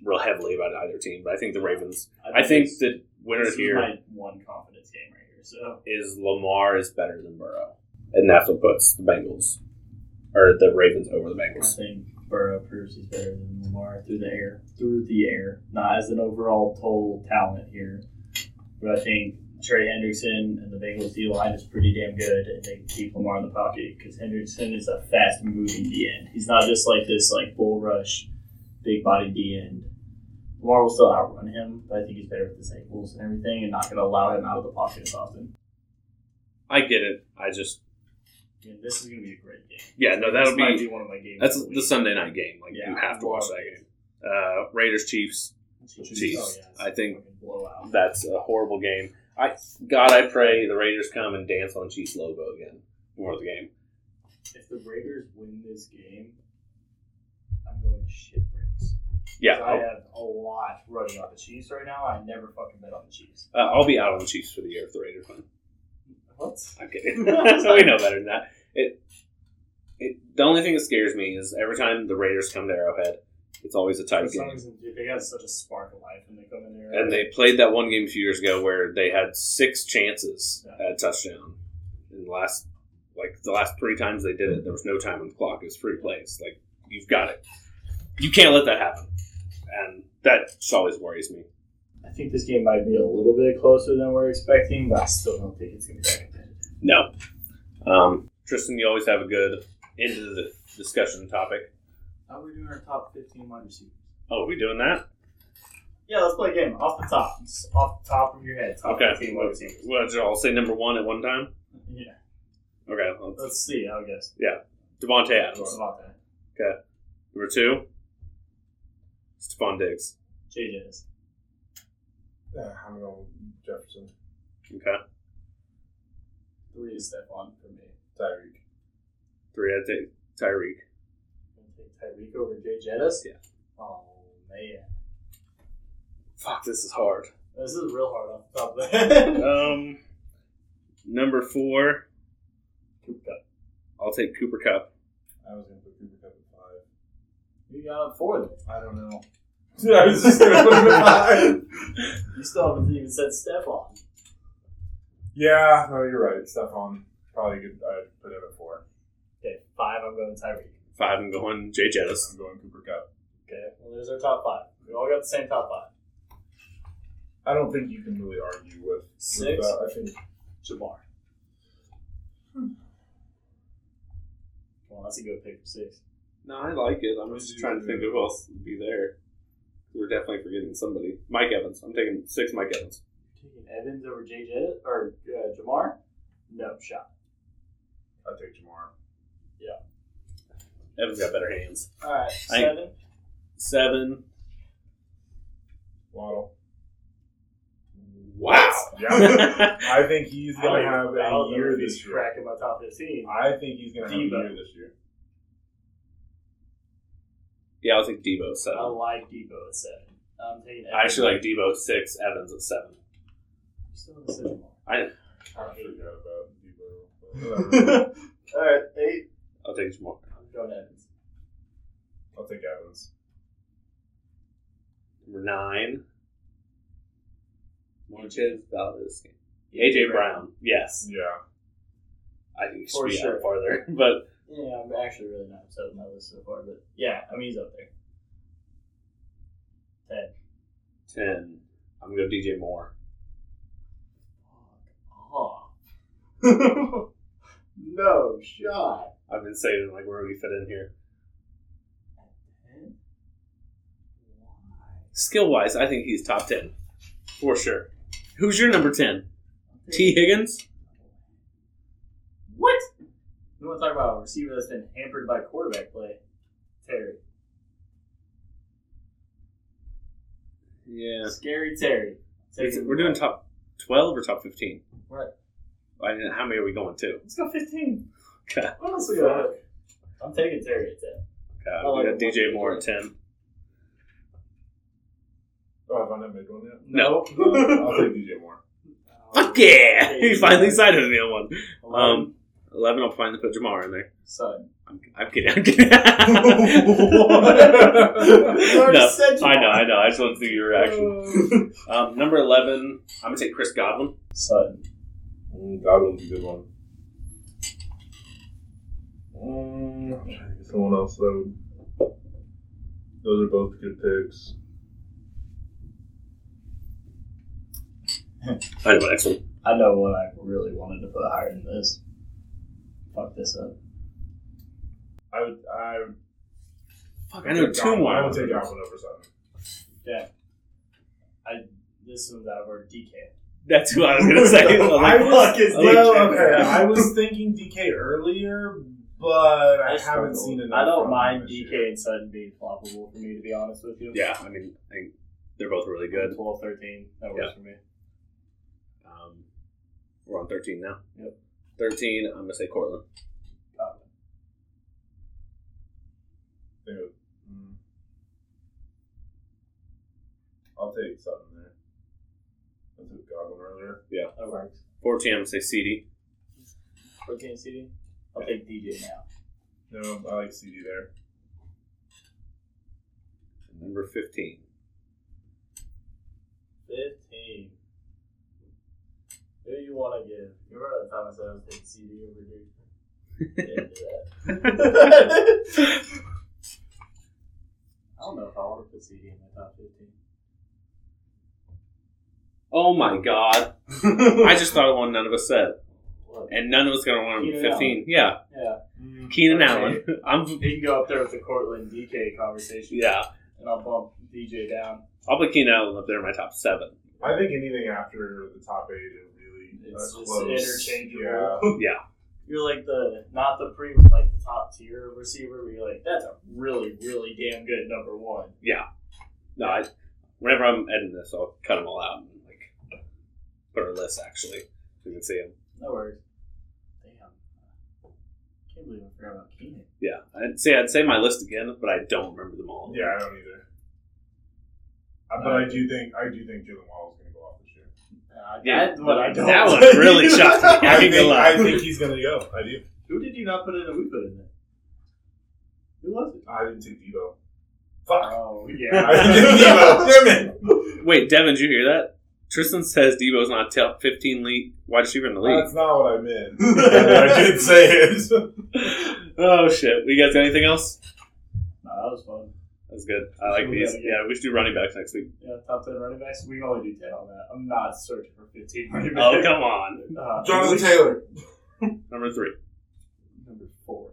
real heavily about either team, but I think the Ravens. I think this- the winner this is here my one confidence game right here. So. is Lamar is better than Burrow, and that's what puts the Bengals or the Ravens over the I Bengals. think Burrow proves he's better than Lamar through the air, through the air, not as an overall total talent here. But I think Trey Hendrickson and the Bengals D line is pretty damn good, and they can keep Lamar in the pocket because Hendrickson is a fast moving D end. He's not just like this like bull rush, big body D end. Lamar will still outrun him, but I think he's better with his ankles and everything, and not going to allow him out of the pocket as often. I get it. I just And this is going to be a great game. yeah no that'll this might be one of my games. that's of the week. Sunday night game. Like Yeah, you have to watch love that it. game. Uh, Raiders Chiefs. Chiefs. Oh, yeah, it's I think- a fucking blowout. That's a horrible game. I God, I pray the Raiders come and dance on Chiefs logo again before the game. if the Raiders win this game, I'm going to shit bricks. 'Cause Yeah, I I'll, have a lot running on the Chiefs right now. I never fucking bet on the Chiefs. uh, I'll be out on the Chiefs for the year if the Raiders win. What? I'm kidding. so we know better than that. It, it. The only thing that scares me is every time the Raiders come to Arrowhead, It's always a tight As long game. as they- they got such a spark of life when they come in there. And they played that one game a few years ago where they had six chances at a touchdown. In the last, like the last three times they did it, there was no time on the clock. It was three plays. Like you've got it. You can't let that happen. And that just always worries me. I think this game might be a little bit closer than we're expecting, but I still don't think it's going to be that competitive. No, um, Tristan, you always have a good end to the discussion topic. How are we doing our top 15 wide receivers? Oh, are we doing that? Yeah, let's play a game off the top. Just off the top of your head. Top Okay. 15 wide receivers. Well, did I'll say number one at one time. Yeah. Okay, well, Let's see, I guess. Devontae What's Adams. about that? Number two, Stephon Diggs. JJ's. Yeah, I'm going Jefferson, Okay, Three is Stephon for me. Tyreek. three, I think Tyreek. I'm gonna take Tyreek over Jay Jettis. Yeah. Oh man, Fuck, this is hard. this is real hard off the top of the head. Um, number four, Cooper Cup. I'll take Cooper Cup. I was going to put Cooper Cup at You got four then. five. I don't know. I was just going to put him at five. You still haven't even said Stephon. Yeah, no, you're right. Stephon, probably good. I'd put him at four. Okay, five. I'm going Tyreek. Five, I'm going Jay Jettis. I'm going Cooper Cup. Okay, well there's our top five. We all got the same top five. I don't think you can really argue with, with Six. that. I think Jamar. Hmm. Well, that's a good pick for six. No, I like it. I'm just trying to think of who else would be there. We're definitely forgetting somebody. Mike Evans. I'm taking six Mike Evans. You're taking Evans over Jay Jettis or uh, Jamar? No shot. I'd take Jamar. Evans got better hands. All right, I- seven. Seven. Waddle. Wow. Yeah. I think he's I don't going to have even- I a don't know year if he's this year. cracking my top fifteen. I think he's going to have a Debo. year this year. yeah, I'll take Debo at I seven. like Debo at seven. I'm taking. I actually like Debo at six, Evans at seven. Still in the cinema. I- I I hate forgot about Debo. but whatever. it. All right, eight. I'll take Jamar. I'm going Evans. I'll take Evans. Number nine. Marquez Valdez. AJ Brown. Yes. Yeah. I think he should For be sure. out farther. But Yeah, I'm actually really not upset with my list so far, but yeah, I mean he's up there. Ted. ten. I'm gonna go DJ Moore. Oh. no shot. I've been saving like where would he fit in here. Ted? Why? Skill wise, I think he's top ten. For sure. Who's your number ten? T. Higgins? What? We want to talk about a receiver that's been hampered by quarterback play. Terry. Yeah. Scary Terry. Taking- We're doing top twelve or top fifteen? Right. I mean, how many are we going to? Let's go 15. Okay. What else we got? I'm taking Terry at 10. Okay, Oh, we got like DJ one. Moore at ten. Oh, have I not made one yet? No. Uh, I'll take DJ Moore. Fuck yeah! He finally sided on the other one. Um, eleven. I'll finally put Jamar in there. son. I'm, I'm kidding. I'm kidding. no, I know, I know. I just want to see your Oh. reaction. Um, number eleven. I'm gonna take Chris Godwin. Son. Mm, Godwin's a good one. Mm, I'm trying to think of someone else though. Those are both good picks. I know, excellent. I know what I really wanted to put higher than this. Fuck this up. I would. I would Fuck, I know take two Godwin. more. I would take Godwin over Sutton. I this one's out of our DK. That's who I was gonna say. I was I like, was, is well, DK? okay. I was thinking DK earlier, but I I, haven't struggled. seen enough. I don't from mind him this DK year. and Sutton being floppable for me, to be honest with you. yeah, I mean, I think they're both really good. 12, 13. That works for me. Um, we're on thirteen now. Yep. Thirteen. I'm gonna say Cortland. Think of- mm. I'll take Sutton there. I took Godwin earlier. That works. Fourteen. I'm gonna say CD. 14 CD. I'll take DJ now. No, I like CD there. Number 15. 15. Who do you want to give? You remember the time I said I was taking CD over dude? I don't know if I want to put CD in my top 15. Oh my god. I just thought of one none of us said. What? And none of us gonna want to be Keenan 15. Yeah. Yeah. Keenan Okay. Allen. I'm. He can go up there with the Cortland DK conversation. Yeah. And I'll bump DJ down. I'll put Keenan Allen up there in my top seven. I think anything after the top eight is really uh, It's just close. interchangeable. Yeah. You're like the, not the pre, like the top tier receiver, but you're like, that's a really, really damn good number one. No, I, whenever I'm editing this, I'll cut them all out and like put our list actually. So you can see them. No worries. Damn. Can't believe I forgot about Keenan. Yeah. I'd say I'd say my list again, but I don't remember them all. Yeah, I don't either. Uh, but I do think I do think Jalen Wall is going to go off this year. Uh, Yeah. That one I don't. That one really shocked me. I I ain't gonna think, lie. I think he's going to go. I do. Who did you not put in that we put in there? Who was it? I didn't take Debo. Fuck. Oh, I didn't take Debo. Damn it. Wait, Devin, did you hear that? Tristan says Debo's not top 15 league wide receiver in the league. That's not what I meant. I did say it. oh shit! We guys got anything else? No, that was fun. That's good. I like Sure, these. yeah, yeah. Yeah, we should do running backs next week. Yeah, top 10 running backs. We can only do 10 on that. I'm not searching for 15 running backs. Oh come on! Uh, Jonathan we- Taylor. Number three. Number four.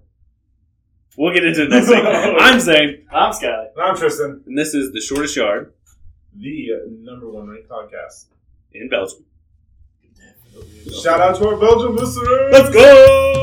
We'll get into it next week. I'm saying, I'm Scott. And I'm Tristan, and this is the shortest yard the number one ranked podcast. in Belgium. Shout out to our Belgian listeners. Let's go!